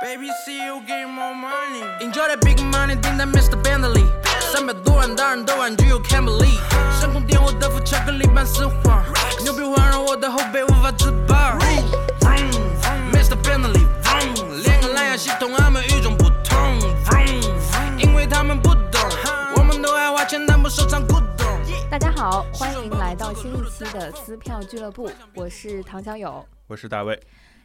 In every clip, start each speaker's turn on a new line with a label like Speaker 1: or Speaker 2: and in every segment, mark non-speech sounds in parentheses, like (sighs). Speaker 1: Baby, see you get more money. Enjoy that big money, think that Mr. Bentley. 三百多万，当然都玩具，You can't believe。闪光点，我的副巧克力般丝滑，牛逼环绕我的后背，无法自拔。Vroom, vroom, Mr. Bentley，vroom 连个蓝牙系统，俺们与众不同。Vroom, vroom 因为他们不懂，我们都爱花钱，但不收藏古董。
Speaker 2: 大家好，欢迎来到新一期的撕票俱乐部，我是唐小友。
Speaker 3: 我是大卫。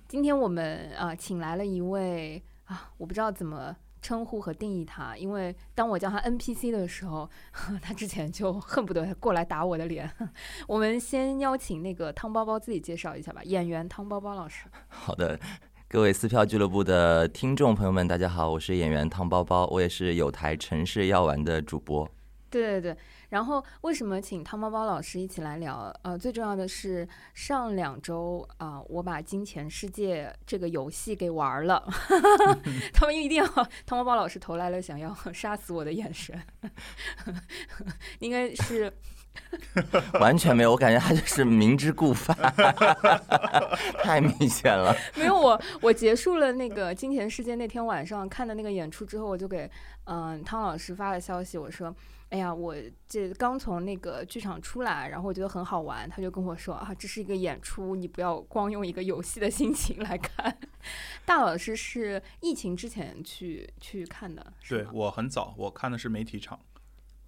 Speaker 2: 今天我们啊、呃请来了一位啊，我不知道怎么称呼和定义他，因为当我叫他 NPC 的时候， (laughs) 他之前就恨不得过来打我的脸。 (laughs) 我们先邀请那个汤包包自己介绍一下吧，演员汤包包老师。
Speaker 4: 好的，各位撕票俱乐部的听众朋友们，大家好，我是演员汤包包，我也是有台《城市药丸》的主播。
Speaker 2: 对对对，然后为什么请汤包包老师一起来聊？呃，最重要的是上两周啊、我把《金钱世界》这个游戏给玩儿了，他们一定要汤包包老师投来了想要 (laughs) 杀死我的眼神， (laughs) 应该是
Speaker 4: 完全没有，我感觉他就是明知故犯， (laughs) 太明显了。
Speaker 2: (laughs) 没有我，我结束了那个《金钱世界》那天晚上看的那个演出之后，我就给嗯、汤老师发了消息，我说。哎呀，我这刚从那个剧场出来，然后我觉得很好玩，他就跟我说啊，这是一个演出，你不要光用一个游戏的心情来看。 (laughs) 大老师是疫情之前去去看的，是
Speaker 3: 对
Speaker 2: 吗？
Speaker 3: 我很早，我看的是媒体场。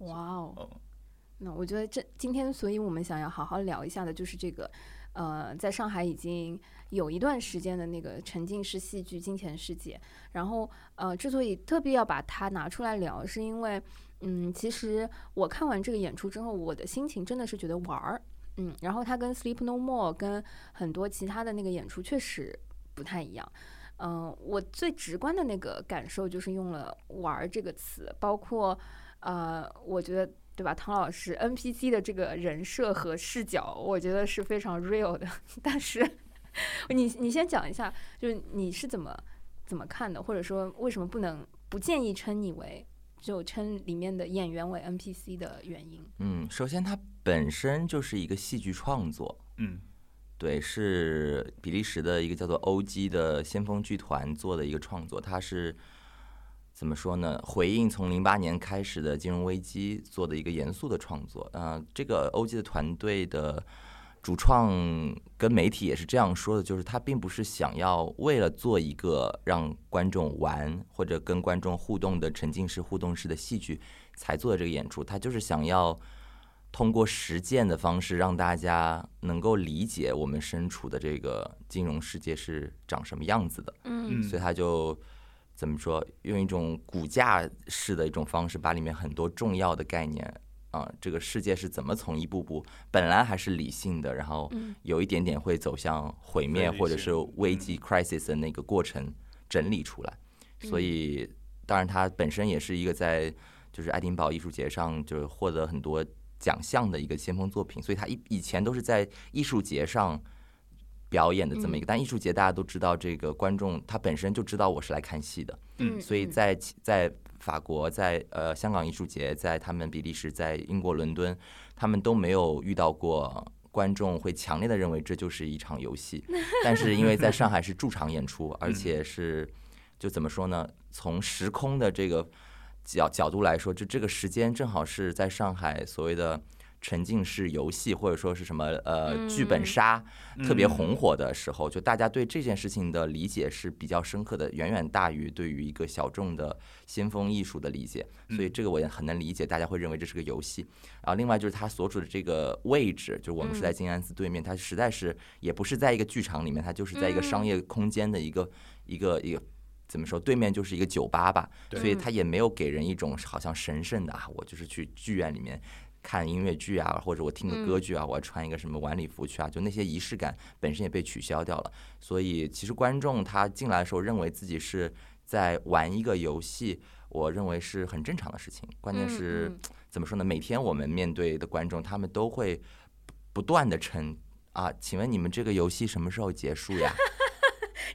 Speaker 2: 哇哦，
Speaker 3: 嗯，
Speaker 2: 那我觉得这今天，所以我们想要好好聊一下的，就是这个，呃，在上海已经有一段时间的那个沉浸式戏剧《金钱世界》，然后呃，之所以特别要把它拿出来聊，是因为，嗯，其实我看完这个演出之后，我的心情真的是觉得玩儿，嗯，然后它跟《Sleep No More》跟很多其他的那个演出确实不太一样。嗯、我最直观的那个感受就是用了“玩儿”这个词，包括呃，我觉得对吧？唐老师 NPC 的这个人设和视角，我觉得是非常 (laughs) real 的。但是你你先讲一下，就是你是怎么怎么看的，或者说为什么不能不建议称你为就称里面的演员为 NPC 的原因？
Speaker 4: 嗯，首先它本身就是一个戏剧创作，
Speaker 3: 嗯，
Speaker 4: 对，是比利时的一个叫做 OG 的先锋剧团做的一个创作，它是怎么说呢？回应从零八年开始的金融危机做的一个严肃的创作。呃，这个 OG 的团队的主创跟媒体也是这样说的，就是他并不是想要为了做一个让观众玩或者跟观众互动的沉浸式互动式的戏剧才做的这个演出，他就是想要。通过实践的方式，让大家能够理解我们身处的这个金融世界是长什么样子的，
Speaker 2: 嗯
Speaker 4: 所以他就怎么说，用一种骨架式的一种方式，把里面很多重要的概念啊、这个世界是怎么从一步步本来还是理性的，然后
Speaker 2: 嗯
Speaker 4: 有一点点会走向毁灭
Speaker 3: 理
Speaker 4: 或者
Speaker 3: 性
Speaker 4: 是危机 crisis 的那个过程整理出来，
Speaker 2: 嗯
Speaker 4: 所以当然它本身也是一个在就是爱丁堡艺术节上就是获得很多奖项的一个先锋作品，所以它以以前都是在艺术节上表演的这
Speaker 3: 嗯
Speaker 4: 么一个，但艺术节大家都知道，这个观众他本身就知道我是来看戏的，
Speaker 3: 嗯
Speaker 4: 所以在其在法国、在呃香港艺术节、在他们比利时、在英国伦敦，他们都没有遇到过观众会强烈的认为这就是一场
Speaker 3: (laughs)
Speaker 4: 游戏，但是因为在上海是驻场演出，而且是就怎么说呢，从时空的这个角角度来说，就这个时间正好是在上海所谓的。沉浸式游戏或者说是什么呃剧本
Speaker 2: 嗯
Speaker 4: 杀，特别
Speaker 3: 嗯
Speaker 4: 红火的时候，就大家对这件事情的理解是比较深刻的，远远大于对于一个小众的先锋艺术的理解。所以这个我也很能理解，大家会认为这是个游戏。然后另外就是它所处的这个位置，就是我们是在静安寺对面，它实在是也不是在一个剧场里面，它就是在一个商业空间的一个一个一个。怎么说？对面就是一个酒吧吧，
Speaker 3: 对
Speaker 4: 所
Speaker 2: 嗯
Speaker 4: 以它也没有给人一种好像神圣的啊，我就是去剧院里面看音乐剧啊，或者我听个
Speaker 2: 嗯
Speaker 4: 歌剧啊，我要穿一个什么晚礼服去啊，就那些仪式感本身也被取消掉了。所以其实观众他进来的时候认为自己是在玩一个游戏，我认为是很正常的事情。关键是
Speaker 2: 嗯
Speaker 4: 怎么说呢？每天我们面对的观众，他们都会不不断的称啊，请问你们这个游戏什么时候结束
Speaker 2: (laughs)
Speaker 4: 呀？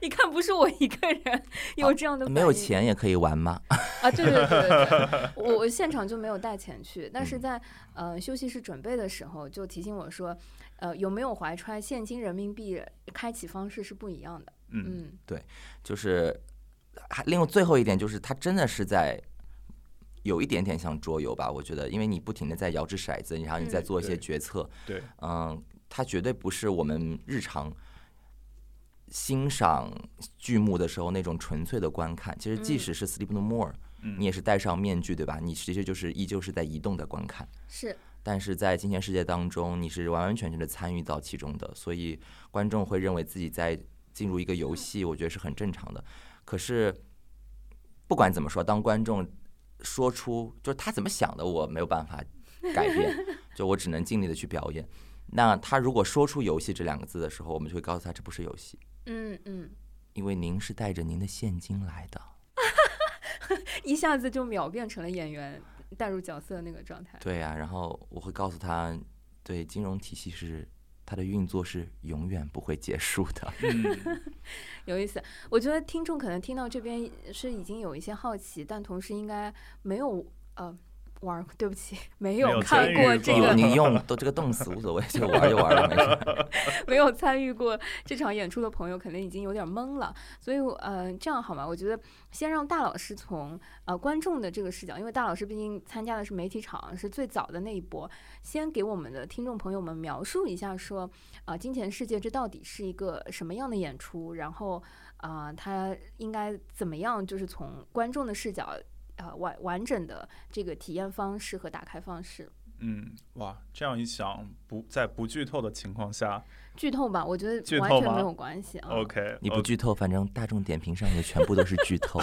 Speaker 2: 一看不是我一个人有这样的、
Speaker 4: 啊没有钱也可以玩吗？
Speaker 2: 啊，对对对对
Speaker 3: (laughs)
Speaker 2: 对，我我现场就没有带钱去，但
Speaker 3: 嗯
Speaker 2: 是在呃休息室准备的时候就提醒我说，呃有没有怀揣嗯现金人民币开启方式是不一样的，
Speaker 3: 嗯
Speaker 2: 嗯
Speaker 4: 就是还另外最后一点就是，它真的是在有一点点像桌游吧，我觉得，因为你不停的在摇掷骰子，然后你在
Speaker 2: 嗯
Speaker 4: 做一些
Speaker 3: 对
Speaker 4: 决策，
Speaker 3: 对，
Speaker 4: 嗯，它绝对不是我们日常欣赏剧目的时候那种纯粹的观看。其实，即
Speaker 2: 嗯
Speaker 4: 使是《Sleep No More》，
Speaker 3: 嗯
Speaker 4: 你也是戴上面具，对吧？你其实就是依旧是在移动的观看。
Speaker 2: 是
Speaker 4: 但是在金钱世界当中，你是完完全全的参与到其中的，所以观众会认为自己在进入一个游戏，我觉得是很正常的。可是不管怎么说，当观众说出就是他怎么想的，我没有办法改变，就我只能尽力的去表演。那他如果说出“游戏”这两个字的时候，我们就会告诉他这不是游戏，
Speaker 2: 嗯嗯，
Speaker 4: 因为您是带着您的现金来的。
Speaker 2: 一下子就秒变成了演员带入角色那个状态。
Speaker 4: 对呀、啊然后我会告诉他，对金融体系是它的运作是永远不会结束的。
Speaker 3: 嗯，
Speaker 2: 有意思，我觉得听众可能听到这边是已经有一些好奇，但同时应该没有呃玩儿，对不起，没
Speaker 3: 没
Speaker 2: 有
Speaker 3: 有
Speaker 2: 看
Speaker 3: 参与
Speaker 2: 过
Speaker 3: 过
Speaker 2: 这
Speaker 4: 有
Speaker 2: 个，
Speaker 4: (laughs) 你用都这个动词无所谓，就玩就玩了，没事。
Speaker 2: (laughs) 没有参与过这场演出的朋友，可能已经有点懵了。所以呃，这样好吗？我觉得先让大老师从呃观众的这个视角，因为大老师毕竟参加的是媒体场，是最早的那一波，先给我们的听众朋友们描述一下说，啊、金钱世界》这到底是一个什么样的演出？然后啊、它应该怎么样？就是从观众的视角，呃，完完整的这个体验方式和打开方式。
Speaker 3: 嗯，哇，这样一想，不在不剧透的情况下、
Speaker 2: 剧透吧，我觉
Speaker 3: 剧
Speaker 2: 得
Speaker 3: 透
Speaker 2: 完全
Speaker 3: 吗
Speaker 2: 没有关系啊。
Speaker 3: o k
Speaker 4: 你不剧透，反正大众点评上也全部都是剧透，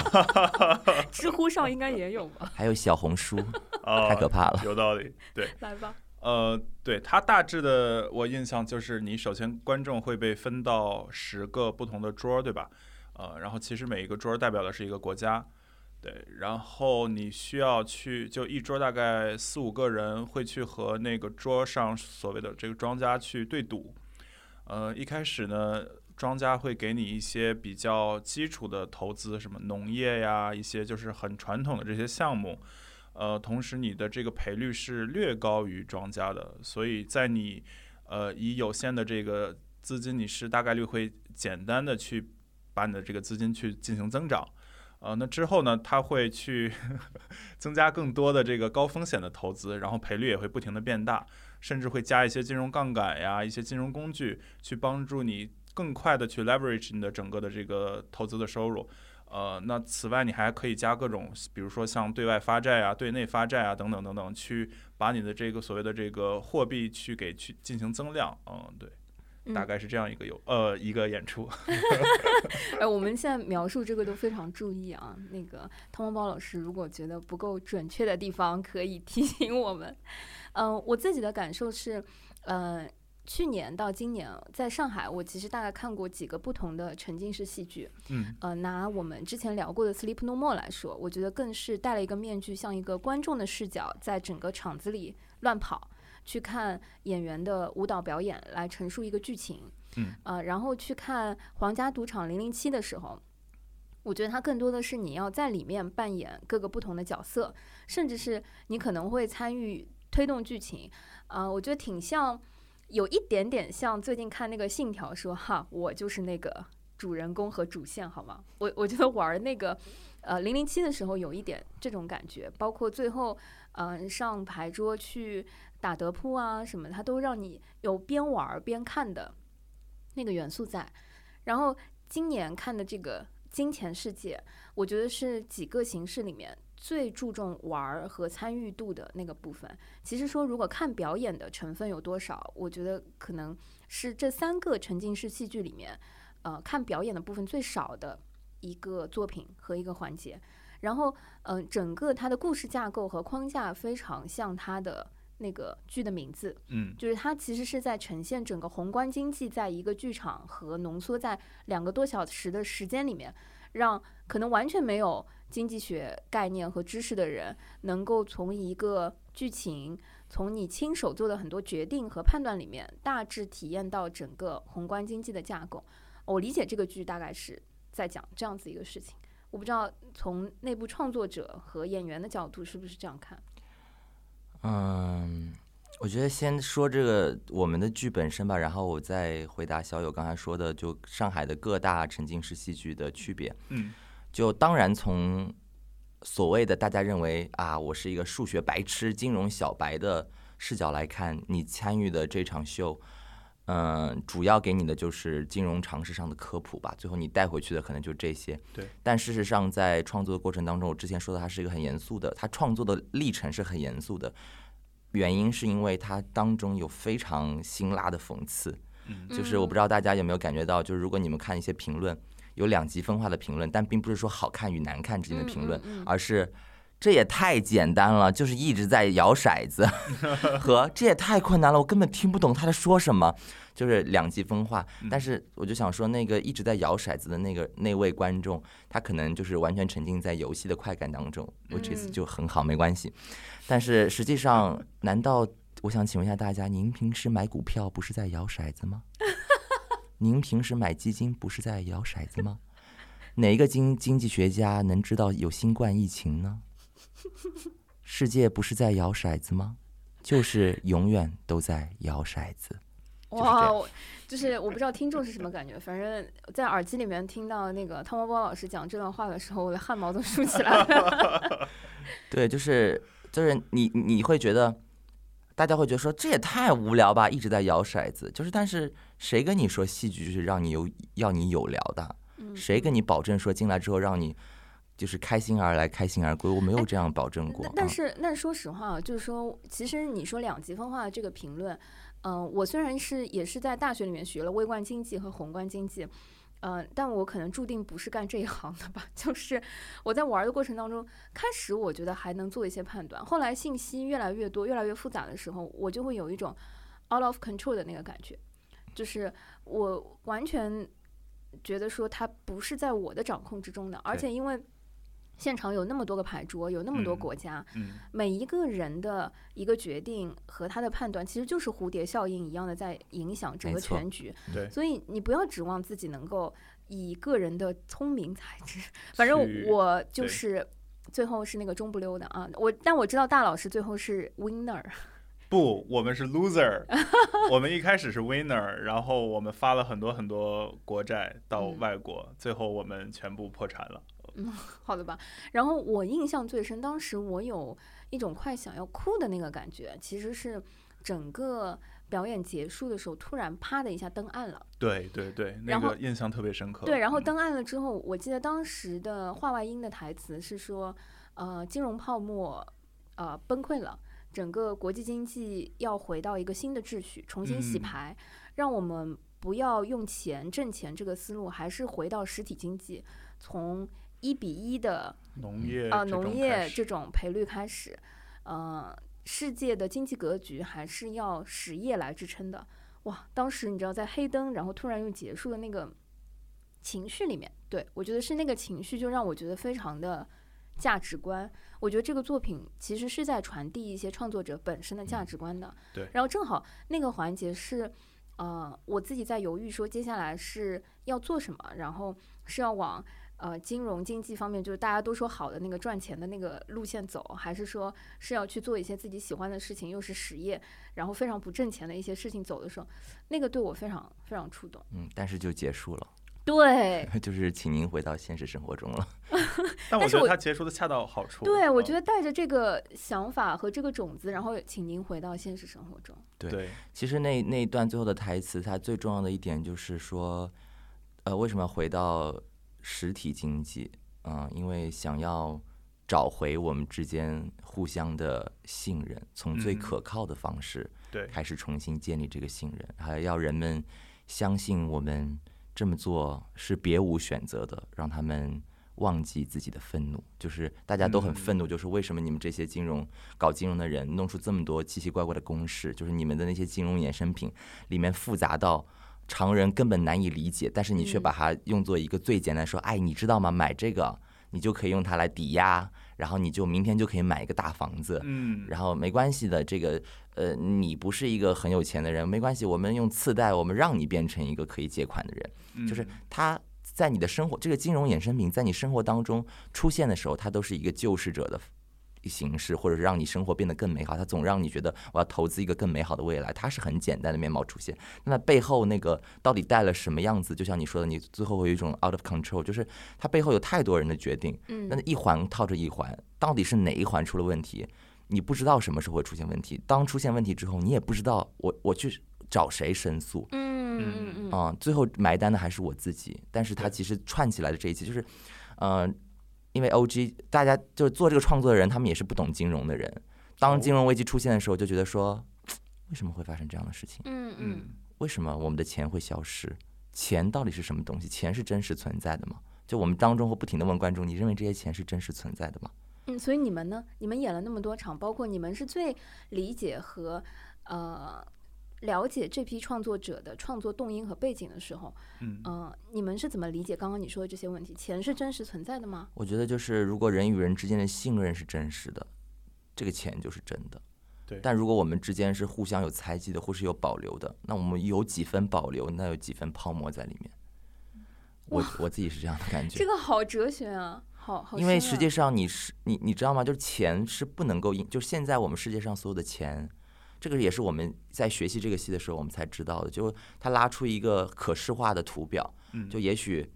Speaker 2: 知乎上应该也有吧？
Speaker 4: 还有小红书，
Speaker 3: 啊，
Speaker 4: 太可怕了。
Speaker 3: 有道理，对。
Speaker 2: (laughs) 来吧，
Speaker 3: 呃，对，它大致的我印象就是，你首先观众会被分到十个不同的桌儿，对吧？呃，然后其实每一个桌儿代表的是一个国家，对，然后你需要去，就一桌大概四五个人会去和那个桌上所谓的这个庄家去对赌。呃，一开始呢，庄家会给你一些比较基础的投资，什么农业呀，一些就是很传统的这些项目。呃，同时你的这个赔率是略高于庄家的，所以在你呃以有限的这个资金，你是大概率会简单的去把你的这个资金去进行增长。呃，那之后呢，他会去 (laughs) 增加更多的这个高风险的投资，然后赔率也会不停的变大，甚至会加一些金融杠杆呀，一些金融工具去帮助你更快的去 leverage 你的整个的这个投资的收入。呃，那此外你还可以加各种，比如说像对外发债啊、对内发债啊等等等等，去把你的这个所谓的这个货币去给去进行增量。嗯，对，大
Speaker 2: 嗯
Speaker 3: 概是这样一个游呃一个演出。 (laughs)
Speaker 2: 哎，我们现在描述这个都非常注意啊。那个汤包老师，如果觉得不够准确的地方，可以提醒我们。嗯、我自己的感受是，呃，去年到今年，在上海，我其实大概看过几个不同的沉浸式戏剧。
Speaker 3: 嗯
Speaker 2: 呃，拿我们之前聊过的《Sleep No More》来说，我觉得更是戴了一个面具，像一个观众的视角，在整个场子里乱跑，去看演员的舞蹈表演，来陈述一个剧情。
Speaker 3: 嗯，
Speaker 2: 呃，然后去看《皇家赌场零零七》的时候。我觉得它更多的是你要在里面扮演各个不同的角色，甚至是你可能会参与推动剧情，呃，我觉得挺像，有一点点像最近看那个《信条》说哈，我就是那个主人公和主线，好吗？我我觉得玩那个呃零零七的时候有一点这种感觉，包括最后嗯、呃上牌桌去打德扑啊什么，它都让你有边玩儿边看的那个元素在。然后今年看的这个《金钱世界》，我觉得是几个形式里面最注重玩儿和参与度的那个部分。其实说，如果看表演的成分有多少，我觉得可能是这三个沉浸式戏剧里面，呃，看表演的部分最少的一个作品和一个环节。然后，嗯、整个它的故事架构和框架非常像它的那个剧的名字，
Speaker 3: 嗯
Speaker 2: 就是它其实是在呈现整个宏观经济在一个剧场和浓缩在两个多小时的时间里面，让可能完全没有经济学概念和知识的人，能够从一个剧情，从你亲手做的很多决定和判断里面，大致体验到整个宏观经济的架构。我理解这个剧大概是在讲这样子一个事情。我不知道从内部创作者和演员的角度是不是这样看。
Speaker 4: 嗯，我觉得先说这个我们的剧本身吧，然后我再回答小友刚才说的，就上海的各大沉浸式戏剧的区别。
Speaker 3: 嗯
Speaker 4: 就当然从所谓的大家认为啊，我是一个数学白痴、金融小白的视角来看，你参与的这场秀，嗯、主要给你的就是金融常识上的科普吧。最后你带回去的可能就这些。
Speaker 3: 对。
Speaker 4: 但事实上，在创作的过程当中，我之前说的，它是一个很严肃的，它创作的历程是很严肃的。原因是因为它当中有非常辛辣的讽刺，
Speaker 3: 嗯
Speaker 4: 就是我不知道大家有没有感觉到，就是如果你们看一些评论，有两极分化的评论，但并不是说好看与难看之间的评论，
Speaker 2: 嗯
Speaker 4: 而是这也太简单了，就是一直在摇骰子， (laughs) 和这也太困难了，我根本听不懂他在说什么，就是两极分化。但是我就想说，那个一直在摇骰子的那个那位观众，他可能就是完全沉浸在游戏的快感当中，which is
Speaker 2: 嗯
Speaker 4: 就很好，没关系。但是实际上，难道我想请问一下大家，您平时买股票不是在摇骰子吗？ (laughs) 您平时买基金不是在摇骰子吗？哪一个经经济学家能知道有新冠疫情 (laughs) 呢？世界不是在摇骰子吗？就是永远都在摇骰子。就是这
Speaker 2: 哇，
Speaker 4: 样
Speaker 2: 我就是我不知道听众是什么感觉，反正在耳机里面听到那个汤包包老师讲这段话的时候，我的汗毛都竖起来了。
Speaker 4: 对，就是就是你你会觉得，大家会觉得说这也太无聊吧，一直在摇骰子。就是但是谁跟你说戏剧就是让你有要你有聊的？
Speaker 2: 嗯
Speaker 4: 谁跟你保证说进来之后让你就是开心而来开心而归？我没有这样
Speaker 2: (laughs)
Speaker 4: 保证过
Speaker 2: 但
Speaker 4: 啊。
Speaker 2: 哎但是，但是说实话啊，就是说，其实你说两极分化的这个评论，嗯、我虽然是也是在大学里面学了微观经济和宏观经济，呃，但我可能注定不是干这一行的吧。 (laughs) 就是我在玩的过程当中，开始我觉得还能做一些判断，后来信息越来越多、越来越复杂的时候，我就会有一种 out of control 的那个感觉，就是我完全觉得说它不是在我的掌控之中的，而
Speaker 3: 对
Speaker 2: 且因为。现场有那么多个牌桌，有那么多
Speaker 3: 嗯
Speaker 2: 国家，
Speaker 3: 嗯，
Speaker 2: 每一个人的一个决定和他的判断，其实就是蝴蝶效应一样的在影响整
Speaker 4: 没
Speaker 2: 个
Speaker 4: 错
Speaker 2: 全局。 (laughs)
Speaker 3: 对
Speaker 2: 所以你不要指望自己能够以个人的聪明才
Speaker 3: (laughs)
Speaker 2: 智，反正我就
Speaker 3: 对
Speaker 2: 是最后是那个中不溜的啊。我但我知道大老师最后是 winner，
Speaker 3: 不，我们是 loser，我们一开始是 winner，然后我们发了很多很多国债到
Speaker 2: 嗯
Speaker 3: 外国，最后我们全部破产了。
Speaker 2: 好的吧？然后我印象最深，当时我有一种快想要哭的那个感觉，其实是整个表演结束的时候，突然啪的一下灯暗了。
Speaker 3: 对对对，那
Speaker 2: 然后
Speaker 3: 个印象特别深刻。
Speaker 2: 对，然后
Speaker 3: 嗯
Speaker 2: 登岸了之后，我记得当时的话外音的台词是说，呃，金融泡沫呃崩溃了，整个国际经济要回到一个新的秩序，重新洗
Speaker 3: 嗯
Speaker 2: 牌，让我们不要用钱挣钱这个思路，还是回到实体经济，从一比一的
Speaker 3: 农业
Speaker 2: 啊、
Speaker 3: 这
Speaker 2: 农
Speaker 3: 种
Speaker 2: 业
Speaker 3: 开始
Speaker 2: 这种赔率开始，呃，世界的经济格局还是要实业来支撑的。哇，当时你知道在黑灯，然后突然又结束的那个情绪里面，对我觉得是那个情绪就让我觉得非常的价值观。我觉得这个作品其实是在传递一些创作者本身的价值观的。
Speaker 3: 嗯对
Speaker 2: 然后正好那个环节是。呃，我自己在犹豫说接下来是要做什么，然后是要往呃金融经济方面，就是大家都说好的那个赚钱的那个路线走，还是说是要去做一些自己喜欢的事情，又是实业，然后非常不挣钱的一些事情走的时候，那个对我非常非常触动。
Speaker 4: 嗯，但是就结束了， (laughs)
Speaker 2: 对，
Speaker 4: 就是请您回到现实生活中了。
Speaker 2: 但
Speaker 3: 但我
Speaker 2: 是
Speaker 3: 觉
Speaker 2: 我
Speaker 3: 得它结束的恰到好处。嗯
Speaker 2: 对我觉
Speaker 3: 得
Speaker 2: 得带着这个想法和这个种子，然后请您回到现实生活中。
Speaker 4: 对
Speaker 3: 对，
Speaker 4: 其实那那一段最后的台词，它最重要的一点就是说，呃，为什么要回到实体经济？嗯、因为想要找回我们之间互相的信任，从最
Speaker 3: 嗯
Speaker 4: 可靠的方式
Speaker 3: 对
Speaker 4: 开始重新建立这个信任，还要人们相信我们这么做是别无选择的，让他们忘记自己的愤怒。就是大家都很
Speaker 3: 嗯
Speaker 4: 愤怒，就是为什么你们这些金融搞金融的人弄出这么多奇奇怪怪的公式，就是你们的那些金融衍生品里面复杂到。常人根本难以理解，但是你却
Speaker 2: 嗯
Speaker 4: 把它用作一个最简单说，哎，你知道吗？买这个，你就可以用它来抵押，然后你就明天就可以买一个大房子，
Speaker 3: 嗯，
Speaker 4: 然后没关系的，这个呃，你不是一个很有钱的人，没关系，我们用次贷，我们让你变成一个可以借款的人。就是
Speaker 3: 嗯
Speaker 4: 他在你的生活，这个金融衍生品在你生活当中出现的时候，它都是一个救世者的形式，或者是让你生活变得更美好，它总让你觉得我要投资一个更美好的未来，它是很简单的面貌出现。那背后那个到底带了什么样子？就像你说的，你最后会有一种 out of control，就是它背后有太多人的决定，
Speaker 2: 嗯
Speaker 4: 那一环套着一环，到底是哪一环出了问题？你不知道什么时候会出现问题。当出现问题之后，你也不知道我我去找谁申诉
Speaker 2: 嗯嗯嗯
Speaker 4: 啊、最后埋单的还是我自己。但是它其实串起来的这一切就是，呃，因为 OG 大家就是做这个创作的人，他们也是不懂金融的人。当金融危机出现的时候，就觉得说，为什么会发生这样的事情？
Speaker 2: 嗯嗯，
Speaker 3: 嗯
Speaker 4: 为什么我们的钱会消失？钱到底是什么东西？钱是真实存在的吗？就我们当中会不停的问观众，你认为这些钱是真实存在的吗？
Speaker 2: 嗯，所以你们呢？你们演了那么多场，包括你们是最理解和呃了解这批创作者的创作动因和背景的时候，
Speaker 3: 嗯
Speaker 2: 呃，你们是怎么理解刚刚你说的这些问题？钱是真实存在的吗？
Speaker 4: 我觉得就是，如果人与人之间的信任是真实的，这个钱就是真的。
Speaker 3: 对
Speaker 4: 但如果我们之间是互相有猜忌的，或是有保留的，那我们有几分保留，那有几分泡沫在里面。我我自己是这样的感觉。
Speaker 2: 这个好哲学啊，好好深啊、
Speaker 4: 因为实际上你是你你知道吗？就是钱是不能够印，就是现在我们世界上所有的钱，这个也是我们在学习这个戏的时候我们才知道的。就它拉出一个可视化的图表，
Speaker 3: 嗯
Speaker 4: 就也许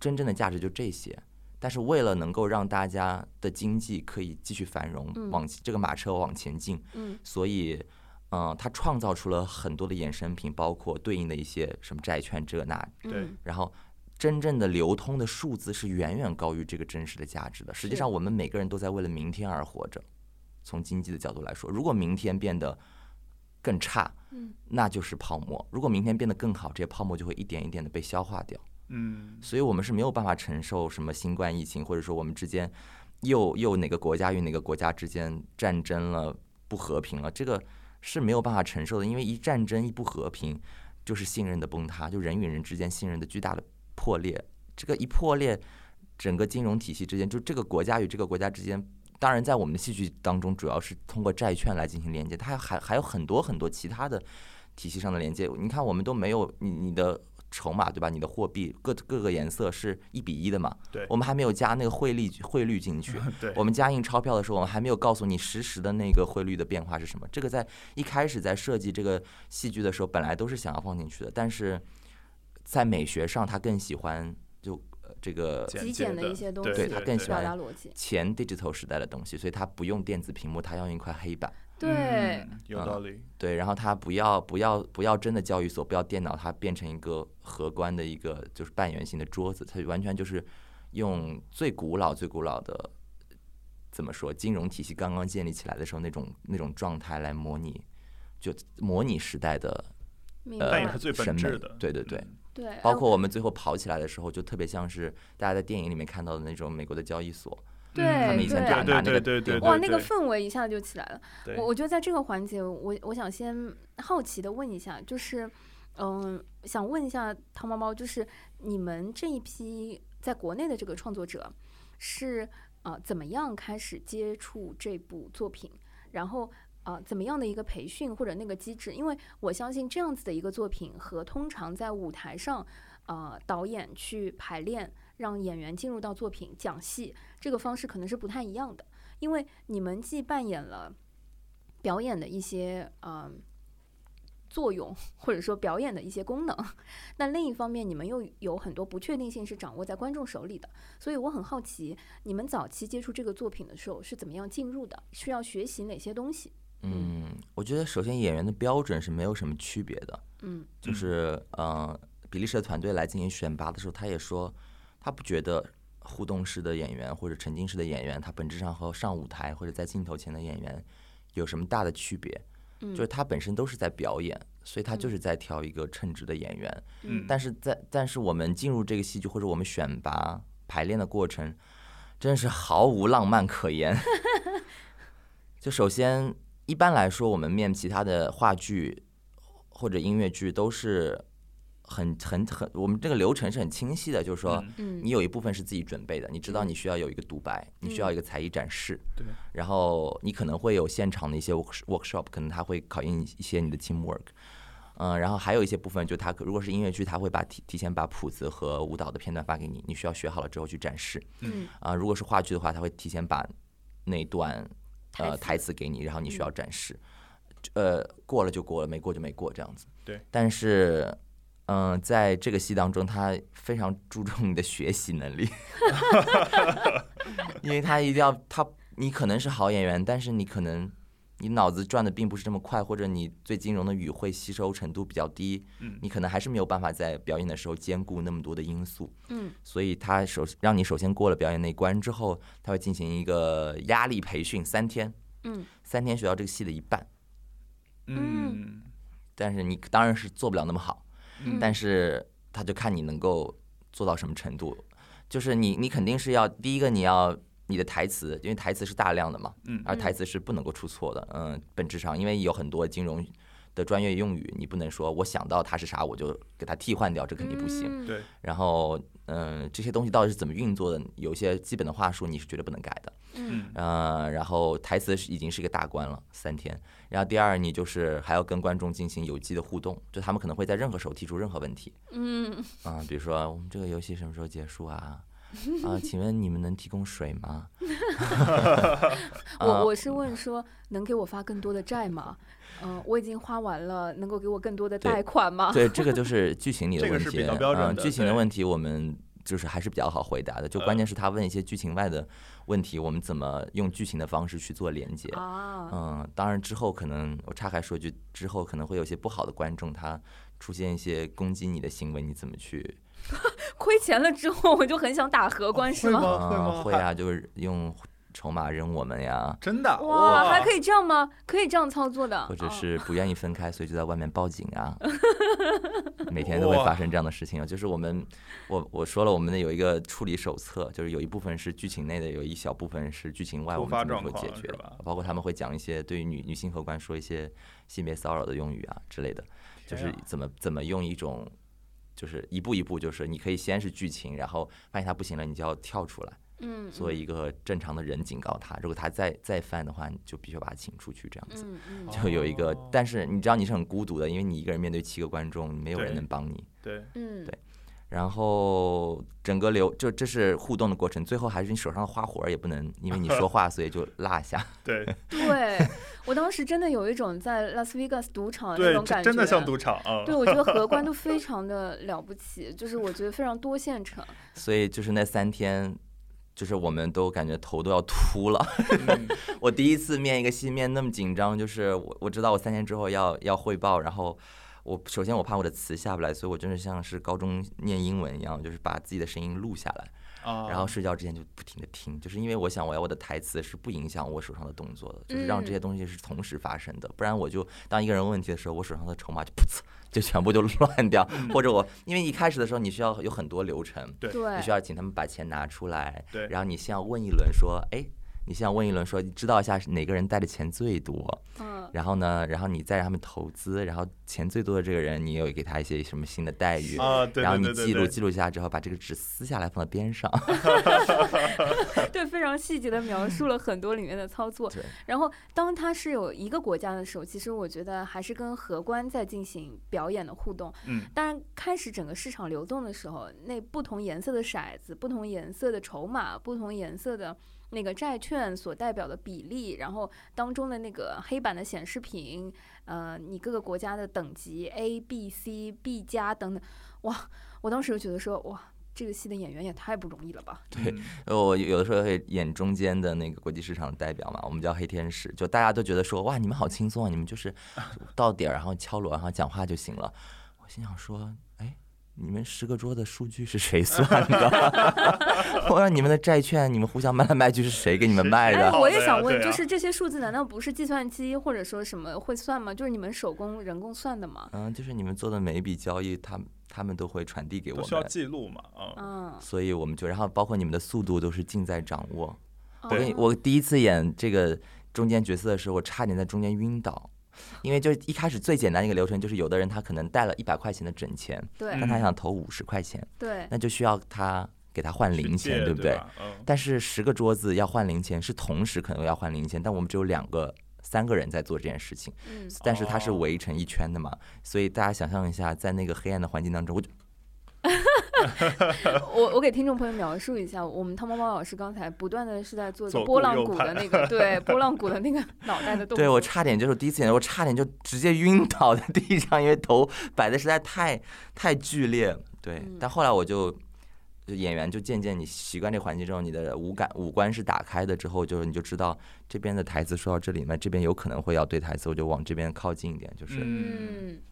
Speaker 4: 真正的价值就这些。但是为了能够让大家的经济可以继续繁荣，
Speaker 2: 嗯
Speaker 4: 往这个马车往前进，
Speaker 2: 嗯
Speaker 4: 所以，嗯、它创造出了很多的衍生品，包括对应的一些什么债券这那
Speaker 3: 对
Speaker 2: 嗯
Speaker 4: 然后真正的流通的数字是远远高于这个真实的价值的。实际
Speaker 2: 是
Speaker 4: 上，我们每个人都在为了明天而活着。从经济的角度来说，如果明天变得更差，
Speaker 2: 嗯
Speaker 4: 那就是泡沫；如果明天变得更好，这些泡沫就会一点一点的被消化掉。
Speaker 3: 嗯
Speaker 4: 所以我们是没有办法承受什么新冠疫情，或者说我们之间又又哪个国家与哪个国家之间战争了、不和平了，这个是没有办法承受的，因为一战争一不和平，就是信任的崩塌，就人与人之间信任的巨大的破裂。这个一破裂，整个金融体系之间，就这个国家与这个国家之间。当然，在我们的戏剧当中，主要是通过债券来进行连接，它还还有很多很多其他的体系上的连接。你看，我们都没有你你的筹码对吧？你的货币各各个颜色是一比一的嘛？
Speaker 3: 对。
Speaker 4: 我们还没有加那个汇率汇率进去
Speaker 3: 嗯对
Speaker 4: 我们加印钞票的时候，我们还没有告诉你实时的那个汇率的变化是什么。这个在一开始在设计这个戏剧的时候，本来都是想要放进去的，但是在美学上，他更喜欢就、呃这个
Speaker 2: 极简的一些东西
Speaker 4: 对它更喜
Speaker 2: 表
Speaker 4: 欢
Speaker 2: 达逻辑，
Speaker 4: 前 digital 时代的东西，所以他不用电子屏幕，他要用一块黑板。
Speaker 2: 对，
Speaker 3: 嗯有
Speaker 4: 呃
Speaker 3: 道理，
Speaker 4: 对，然后他不要不要不要真的交易所，不要电脑，它变成一个荷官的一个就是半圆形的桌子，它完全就是用最古老最古老的怎么说金融体系刚刚建立起来的时候那种那种状态来模拟，就模拟时代的
Speaker 2: 明
Speaker 4: 呃
Speaker 3: 但也
Speaker 2: 白
Speaker 3: 是。最本
Speaker 4: 审
Speaker 3: 质
Speaker 4: 美
Speaker 3: 的，
Speaker 4: 对对对
Speaker 3: 嗯，
Speaker 2: 对，
Speaker 4: 包
Speaker 2: 哎
Speaker 4: 括我们最后跑起来的时候，就特别像是大家在电影里面看到的那种美国的交易所，
Speaker 2: 对
Speaker 4: 他们以前打
Speaker 3: 对
Speaker 4: 打那
Speaker 3: 对
Speaker 4: 个
Speaker 3: 对对
Speaker 4: 电
Speaker 3: 对，
Speaker 2: 哇，那个
Speaker 3: 对
Speaker 2: 氛围一下就起来了。
Speaker 3: 对
Speaker 2: 我我觉得在这个环节，我我想先好奇的问一下，就是，嗯、想问一下汤猫猫，就是你们这一批在国内的这个创作者是呃怎么样开始接触这部作品，然后呃怎么样的一个培训或者那个机制？因为我相信这样子的一个作品和通常在舞台上，呃导演去排练。让演员进入到作品讲戏，这个方式可能是不太一样的，因为你们既扮演了表演的一些呃作用，或者说表演的一些功能。那另一方面，你们又有很多不确定性是掌握在观众手里的，所以我很好奇，你们早期接触这个作品的时候是怎么样进入的？需要学习哪些东西？
Speaker 4: 嗯，我觉得首先演员的标准是没有什么区别的，
Speaker 2: 嗯
Speaker 4: 就是呃，比利时的团队来进行选拔的时候，他也说，他不觉得互动式的演员或者沉浸式的演员，他本质上和上舞台或者在镜头前的演员有什么大的区别，
Speaker 2: 嗯，
Speaker 4: 就是他本身都是在表演，所以他
Speaker 2: 嗯
Speaker 4: 就是在挑一个称职的演员。
Speaker 3: 嗯
Speaker 4: 但是在但是我们进入这个戏剧或者我们选拔排练的过程，真是毫无浪漫可言。 (laughs) 就首先，一般来说，我们面其他的话剧或者音乐剧都是很很很，我们这个流程是很清晰的，就是说。
Speaker 3: 嗯
Speaker 2: 嗯
Speaker 4: 你有一部分是自己准备的，你知道你需要有一个独白，你需要一个才艺展示，
Speaker 3: 对，
Speaker 4: 然后你可能会有现场的一些 work workshop，可能他会考验一些你的 teamwork，嗯、然后还有一些部分就他可如果是音乐剧，他会把提提前把谱子和舞蹈的片段发给你，你需要学好了之后去展示
Speaker 2: 嗯
Speaker 4: 啊、如果是话剧的话，他会提前把那段
Speaker 2: 台
Speaker 4: 呃
Speaker 2: 词
Speaker 4: 台词给你，然后你需要展示，呃，过了就过了，没过就没过这样子。
Speaker 3: 对，
Speaker 4: 但是。嗯，在这个戏当中，他非常注重你的学习能力，因为他一定要他你可能是好演员，但是你可能你脑子转的并不是这么快，或者你对金融的语汇吸收程度比较低，
Speaker 3: 嗯
Speaker 4: 你可能还是没有办法在表演的时候兼顾那么多的因素。
Speaker 2: 嗯，
Speaker 4: 所以他首让你首先过了表演那一关之后，他会进行一个压力培训三天，
Speaker 2: 嗯，
Speaker 4: 三天学到这个戏的一半，
Speaker 3: 嗯
Speaker 4: 但是你当然是做不了那么好，
Speaker 2: 嗯
Speaker 4: 但是他就看你能够做到什么程度，就是你你肯定是要第一个你要你的台词，因为台词是大量的嘛，
Speaker 3: 嗯
Speaker 4: 而台词是不能够出错的，嗯，本质上因为有很多金融。的专业用语，你不能说我想到它是啥，我就给它替换掉，这肯定不行。
Speaker 2: 嗯
Speaker 3: 对，
Speaker 4: 然后，嗯、这些东西到底是怎么运作的？有一些基本的话术你是绝对不能改的。
Speaker 3: 嗯
Speaker 4: 呃，然后台词是已经是一个大关了，三天。然后第二，你就是还要跟观众进行有机的互动，就他们可能会在任何时候提出任何问题，
Speaker 2: 嗯
Speaker 4: 嗯、比如说我们这个游戏什么时候结束啊？啊、请问你们能提供水吗？啊
Speaker 2: 我我是问说，能给我发更多的债吗？嗯、我已经花完了，能够给我更多的
Speaker 4: 对
Speaker 2: 贷款吗？
Speaker 4: 对，这个就是剧情里
Speaker 3: 啊
Speaker 4: 的
Speaker 3: 这个
Speaker 4: 问
Speaker 3: 是
Speaker 4: 题。
Speaker 3: 比较标准
Speaker 4: 嗯
Speaker 3: 的
Speaker 4: 剧情的
Speaker 3: 对嗯
Speaker 4: 问题我们就是还是比较好回答的，就关键是他问一些剧情外的问题，我们怎么用剧情的方式去做连接。
Speaker 2: 啊，
Speaker 4: 嗯，当然之后可能我岔开说一句，之后可能会有些不好的观众，他出现一些攻击你的行为，你怎么去？
Speaker 2: 亏钱了之后我就很想打荷官、是
Speaker 3: 哦会
Speaker 4: 啊、
Speaker 3: 吗
Speaker 2: 吗？
Speaker 4: 会啊，就是用筹码扔我们呀，
Speaker 3: 真的
Speaker 2: 哇，还可
Speaker 3: 以
Speaker 2: 以这样吗？可以这样操作的，
Speaker 4: 或者
Speaker 2: 哦
Speaker 4: 是不愿意分开，所以就在外面报警
Speaker 2: (laughs)
Speaker 4: 啊。每天都会
Speaker 3: 哇
Speaker 4: 发生这样的事情啊，就是我们，我我说了，我们的有一个处理手册，就是有一部分是剧情内的，有一小部分是剧情外
Speaker 3: 突
Speaker 4: 我们
Speaker 3: 发
Speaker 4: 怎么
Speaker 3: 状
Speaker 4: 会解
Speaker 3: 况
Speaker 4: 决
Speaker 3: 是吧，
Speaker 4: 包括他们会讲一些对于女女性荷官说一些性别骚扰的用语啊之类的。
Speaker 3: 哎
Speaker 4: 就是怎么怎么用一种，就是一步一步，就是你可以先是剧情，然后发现他不行了，你就要跳出来，
Speaker 2: 嗯，
Speaker 4: 作为一个正常的人警告他，如果他再再犯的话，你就必须要把他请出去，这样子。
Speaker 2: 嗯嗯
Speaker 4: 就有一个
Speaker 3: 哦，
Speaker 4: 但是你知道你是很孤独的，因为你一个人面对七个观众，没有人
Speaker 3: 对
Speaker 4: 能帮你。
Speaker 3: 对，
Speaker 2: 嗯，
Speaker 4: 对然后整个流就这是互动的过程，最后还是你手上的花活儿也不能因为你
Speaker 3: (laughs)
Speaker 4: 说话，所以就落下。 (laughs)
Speaker 3: 对
Speaker 2: 对 (laughs) 我当时真的有一种在拉斯维加斯赌场的那
Speaker 3: 对，
Speaker 2: 种
Speaker 3: 这
Speaker 2: 感觉，
Speaker 3: 真的像赌场啊！
Speaker 2: 对，我觉得荷官都非常的了不起， (laughs) 就是我觉得非常多线程。
Speaker 4: 所以就是那三天，就是我们都感觉头都要秃了。 (laughs)
Speaker 3: 嗯
Speaker 2: (laughs)
Speaker 4: 我第一次面一个戏面那么紧张，就是我我知道我三天之后要要汇报，然后我首先我怕我的词下不来，所以我真的像是高中念英文一样，就是把自己的声音录下来，
Speaker 3: 啊，
Speaker 4: 然后睡觉之前就不停的听，就是因为我想我要我的台词是不影响我手上的动作的，就是让这些东西是同时发生的，不然我就当一个人问问题的时候，我手上的筹码就噗呲就全部就 (laughs) 乱掉，
Speaker 3: 嗯
Speaker 4: 或者我因为一开始的时候你需要有很多流程。
Speaker 3: 对
Speaker 2: 对
Speaker 4: 你需，要请他们把钱拿出来，
Speaker 3: 对
Speaker 4: 然后你先要问一轮说，哎，你先要问一轮说，知道一下是哪个人带的钱最多，
Speaker 2: 嗯， (laughs)
Speaker 4: 然后呢，然后你再让他们投资，然后钱最多的这个人，你有给他一些什么新的待遇。
Speaker 3: 啊，对
Speaker 4: 然后
Speaker 3: 对对
Speaker 4: 你记
Speaker 3: 对
Speaker 4: 录
Speaker 3: 对，
Speaker 4: 记录下之后，把这个纸撕下来放到边上。
Speaker 2: 对，非常细节的描述了很多里面的操作
Speaker 4: 对。
Speaker 2: 然后，当它是有一个国家的时候，其实我觉得还是跟荷官在进行表演的互动。
Speaker 3: 嗯，
Speaker 2: 当然，开始整个市场流动的时候，那不同颜色的骰子、不同颜色的筹码、不同颜色的那个债券所代表的比例，然后当中的那个黑板的显示屏，呃，你各个国家的等级 A、B、C、B 加等等，哇！我当时就觉得说，哇，这个戏的演员也太不容易了吧？
Speaker 3: 对
Speaker 4: 呃我有的时候会演中间的那个国际市场的代表嘛，我们叫黑天使，就大家都觉得说哇，你们好轻松啊，你们就是到点儿然后敲锣然后讲话就行了。我心想说，哎，你们十个桌的数据是谁算的？ (laughs) 我说你们的债券，你们互相卖来卖去是谁给你们卖
Speaker 3: 对
Speaker 2: 哎
Speaker 4: 的
Speaker 3: 啊？，
Speaker 2: 我
Speaker 3: 对
Speaker 2: 也
Speaker 3: 啊
Speaker 2: 想问，
Speaker 3: 对啊
Speaker 2: 就是这些数字难道不是计算机或者说什么会算吗？就是你们手工人工算的吗？
Speaker 4: 嗯，就是你们做的每一笔交易，他们他们都会传递给我
Speaker 3: 都需要
Speaker 4: 们，
Speaker 3: 记录嘛啊，
Speaker 2: 嗯，
Speaker 4: 所以我们就然后包括你们的速度都是尽在掌握。
Speaker 2: 哦
Speaker 4: 我跟
Speaker 3: 对
Speaker 4: 你，我第一次演这个中间角色的时候，我差点在中间晕倒，因为就是一开始最简单的一个流程，就是有的人他可能带了一百块钱的整钱，
Speaker 2: 对
Speaker 3: 嗯
Speaker 4: 但他想投五十块钱，
Speaker 2: 对，
Speaker 4: 那就需要他给他换
Speaker 3: 去
Speaker 4: 零
Speaker 3: 借
Speaker 4: 钱，
Speaker 3: 对
Speaker 4: 不对？
Speaker 3: 吧？嗯，
Speaker 4: 但是十个桌子要换零钱是同时可能要换零钱，但我们只有两个。三个人在做这件事情，
Speaker 2: 嗯
Speaker 4: 但是他是
Speaker 3: 哦
Speaker 4: 围成一圈的嘛，所以大家想象一下，在那个黑暗的环境当中，我就
Speaker 2: 我我给听众朋友描述一下，我们汤猫猫老师刚才不断的是在做一个
Speaker 3: 左
Speaker 2: 波
Speaker 3: 顾
Speaker 2: 浪
Speaker 3: 右
Speaker 2: 鼓的
Speaker 3: 盼 (laughs)
Speaker 2: 那个，对波浪鼓的那个脑袋的动作。
Speaker 4: 对我差点就是第一次演，我差点就直接晕倒在地上，因为头摆的实在太太剧烈。对，
Speaker 2: 嗯
Speaker 4: 但后来我就就演员就渐渐你习惯这环境之后，你的五感五官是打开的之后，就是你就知道这边的台词说到这里面，这边有可能会要对台词，我就往这边靠近一点，就是。
Speaker 3: 嗯，
Speaker 2: 嗯，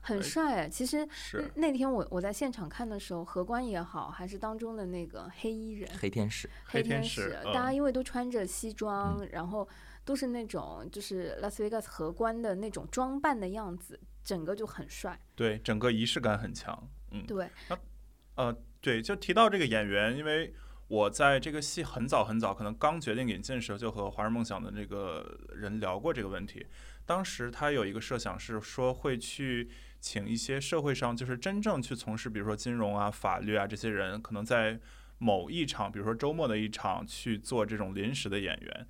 Speaker 2: 很帅。啊其实
Speaker 3: 是
Speaker 2: 那那天我我在现场看的时候，荷官也好，还是当中的那个黑衣人、
Speaker 4: 黑天使，
Speaker 3: 黑
Speaker 2: 天
Speaker 3: 天使
Speaker 2: 大家
Speaker 3: 嗯
Speaker 2: 因为都穿着西装，然后都是那种就是拉斯维加斯荷官的那种装扮的样子，整个就很帅。
Speaker 3: 对，整个仪式感很强。嗯，
Speaker 2: 对，
Speaker 3: 呃对，就提到这个演员，因为我在这个戏很早很早，可能刚决定引进时候，就和华人梦想的那个人聊过这个问题。当时他有一个设想是说会去请一些社会上就是真正去从事，比如说金融啊、法律啊这些人，可能在某一场，比如说周末的一场去做这种临时的演员，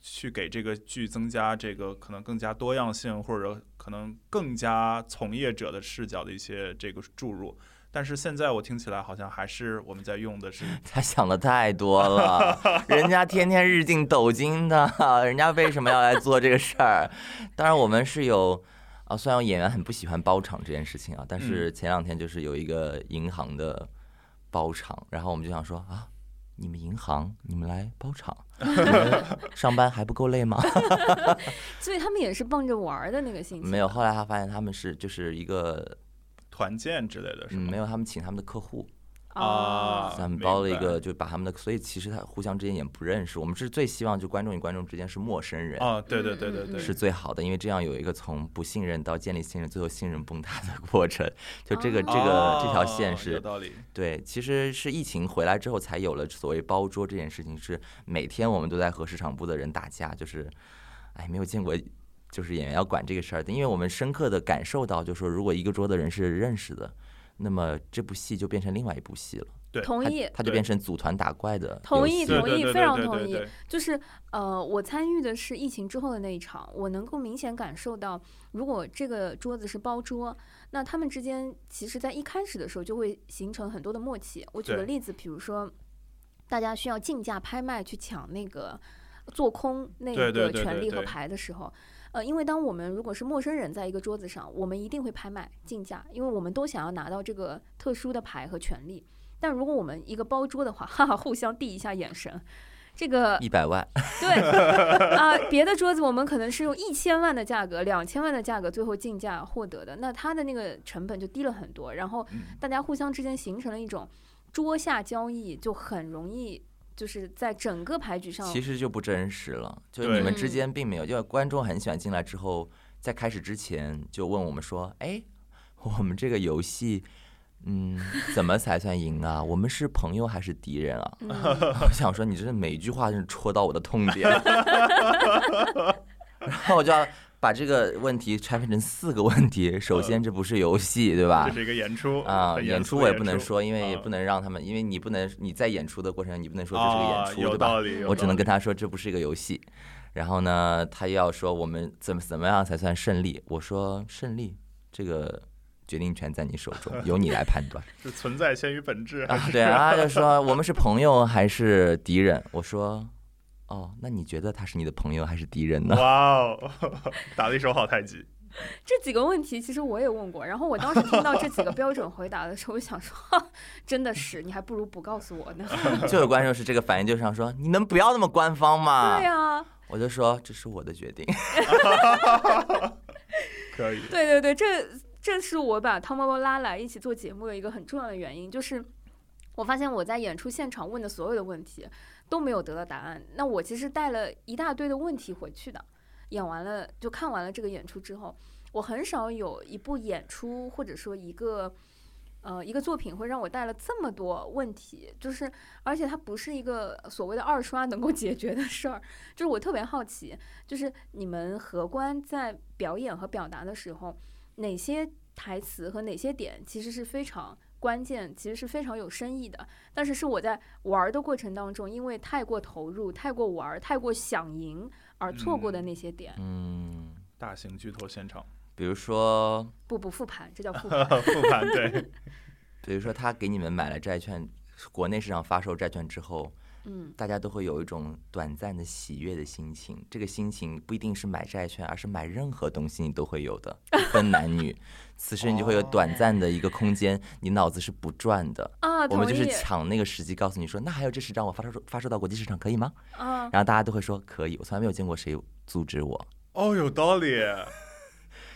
Speaker 3: 去给这个剧增加这个可能更加多样性，或者可能更加从业者的视角的一些这个注入。但是现在我听起来好像还是我们在用的是
Speaker 4: 他想的太
Speaker 3: (laughs)
Speaker 4: 多了，人家天天日进斗金的，人家为什么要来做这个事儿？当然，我们是有啊，虽然演员很不喜欢包场这件事情啊，但是
Speaker 3: 嗯
Speaker 4: 前两天就是有一个银行的包场，然后我们就想说啊，你们银行，你们来
Speaker 3: (laughs)
Speaker 4: 包场，你们上班还不够累吗？ (laughs)
Speaker 2: 所以他们也是蹦着玩儿的那个心情。
Speaker 4: 没有，，后来他发现他们是就是一个、
Speaker 3: 团建之类的，是
Speaker 4: 嗯
Speaker 3: 吗？
Speaker 4: 没有，他们请他们的客户。
Speaker 3: 啊
Speaker 2: 哦
Speaker 4: 他们包了一
Speaker 3: 明白
Speaker 4: 个，就把他们的，所以其实他互相之间也不认识。我们是最希望就观众与观众之间是陌生人，
Speaker 3: 啊，对对对对
Speaker 2: 嗯嗯
Speaker 3: 对，
Speaker 4: 是最好的，因为这样有一个从不信任到建立信任，最后信任崩塌的
Speaker 3: (laughs)
Speaker 4: 过程。就这个、这个
Speaker 3: 哦
Speaker 4: 这条线
Speaker 3: 有
Speaker 4: 是
Speaker 3: 道理，
Speaker 4: 对，其实是疫情回来之后才有了所谓包桌这件事情，是每天我们都在和市场部的人打架，就是，哎，没有见过。就是演员要管这个事儿的，因为我们深刻的感受到，就是说，如果一个桌的人是认识的，那么这部戏就变成另外一部戏了。
Speaker 2: 同
Speaker 4: 它
Speaker 2: 意。
Speaker 4: 它就
Speaker 3: 对
Speaker 4: 变成组团打怪的游
Speaker 2: 同
Speaker 4: 戏。
Speaker 2: 意
Speaker 3: 对
Speaker 2: 同
Speaker 3: 对
Speaker 2: 意
Speaker 3: 对
Speaker 2: 非
Speaker 3: 对
Speaker 2: 常
Speaker 3: 对
Speaker 2: 同
Speaker 3: 对
Speaker 2: 意
Speaker 3: 对
Speaker 2: 就是呃，我参与的是疫情之后的那一场，我能够明显感受到，如果这个桌子是包桌，那他们之间其实在一开始的时候就会形成很多的默契。我举个
Speaker 3: 对
Speaker 2: 例子，比如说大家需要竞价拍卖去抢那个做空那
Speaker 3: 对对
Speaker 2: 个
Speaker 3: 对
Speaker 2: 权
Speaker 3: 对
Speaker 2: 利和
Speaker 3: 对
Speaker 2: 牌的时候。呃，因为当我们如果是陌生人在一个桌子上，我们一定会拍卖竞价，因为我们都想要拿到这个特殊的牌和权利。但如果我们一个包桌的话， (laughs) 哈哈，互相递一下眼神，这个
Speaker 4: 一百万，
Speaker 2: (laughs) 对啊、别的桌子我们可能是用一千万的价格、两千万的价格最后竞价获得的，那它的那个成本就低了很多，然后
Speaker 3: 嗯
Speaker 2: 大家互相之间形成了一种桌下交易，就很容易就是在整个牌局上，
Speaker 4: 其实就不真实了。就是你们之
Speaker 2: 对
Speaker 4: 间并没有，就是观众很喜欢进来之后，在开始之前就问我们说：“哎，我们这个游戏，嗯，怎么才算赢啊？我们是朋友还是敌人
Speaker 2: (laughs)
Speaker 4: 啊？” (laughs)
Speaker 2: 嗯
Speaker 4: 我想说，你真的每一句话真是戳到我的痛点，然后我就要把这个问题拆分成四个问题。首先，这不是游戏，对吧？
Speaker 3: 嗯这是一个演出
Speaker 4: 啊，
Speaker 3: 很
Speaker 4: 演
Speaker 3: 严肃
Speaker 4: 出
Speaker 3: 的
Speaker 4: 我也
Speaker 3: 演
Speaker 4: 不能
Speaker 3: 出
Speaker 4: 说，因为也
Speaker 3: 啊
Speaker 4: 不能让他们，因为你不能你在演出的过程，你不能说这是个
Speaker 3: 啊
Speaker 4: 演，出，
Speaker 3: 有
Speaker 4: 对吧
Speaker 3: 道？理，有
Speaker 4: 我只
Speaker 3: 道
Speaker 4: 能
Speaker 3: 理
Speaker 4: 跟他说这不是一个游戏。然后呢，他又要说我们怎么怎么样才算胜利？我说胜利这个决定权在你手中，由你来判断。
Speaker 3: 是存在先于本
Speaker 4: (laughs)
Speaker 3: 质，
Speaker 4: 啊，对，然后他就说我们是朋友还是敌人？我说哦，那你觉得他是你的朋友还是敌人呢？ (laughs)
Speaker 3: 哇哦， (laughs) 打了一手好太极，
Speaker 2: 这几个问题其实我也问过，然后我当时听到这几个标准回答的时候，我想说， (laughs) 哈真的是你还不如不告诉我呢。 (laughs)
Speaker 4: 就有观众是这个反应，就想说你能不要那么官方吗？
Speaker 2: 对呀、
Speaker 4: 我就说这是我的决定。 (laughs)
Speaker 3: 可以，
Speaker 2: 对对对，这这是我把汤包包拉来一起做节目的一个很重要的原因，就是我发现我在演出现场问的所有的问题都没有得到答案。那我其实带了一大堆的问题回去的，演完了就看完了这个演出之后，我很少有一部演出或者说一个。呃，一个作品会让我带了这么多问题，就是而且它不是一个呃所谓的二刷能够解决的事儿，就是我特别好奇，就是你们荷官在表演和表达的时候，哪些台词和哪些点其实是非常关键，其实是非常有深意的。但是是我在玩儿的过程当中，因为太过投入、太过玩儿、太过想赢而错过的那些点。
Speaker 4: 嗯，
Speaker 3: 大型剧透现场， (laughs)
Speaker 4: 比如说 (laughs)
Speaker 2: 不不复盘，这叫复盘。
Speaker 3: 复盘对，
Speaker 4: 比如说他给你们买了债券，国内市场发售债券之后，
Speaker 2: 嗯
Speaker 4: 大家都会有一种短暂的喜悦的心情。这个心情不一定是买债券，而是买任何东西你都会有的，不分男
Speaker 2: (laughs)
Speaker 4: 女。此时
Speaker 2: 哦
Speaker 4: 你就会有短暂的一个空间，你脑子是不转的。
Speaker 2: 啊，
Speaker 4: 我
Speaker 2: 同
Speaker 4: 们就
Speaker 2: 意
Speaker 4: 是抢那个时机，告诉你说，那还有这十张我发售发售到国际市场可以吗？ (laughs)
Speaker 2: 啊，
Speaker 4: 然后大家都会说可以，我从来没有见过谁阻止我。
Speaker 3: 哦，有道理。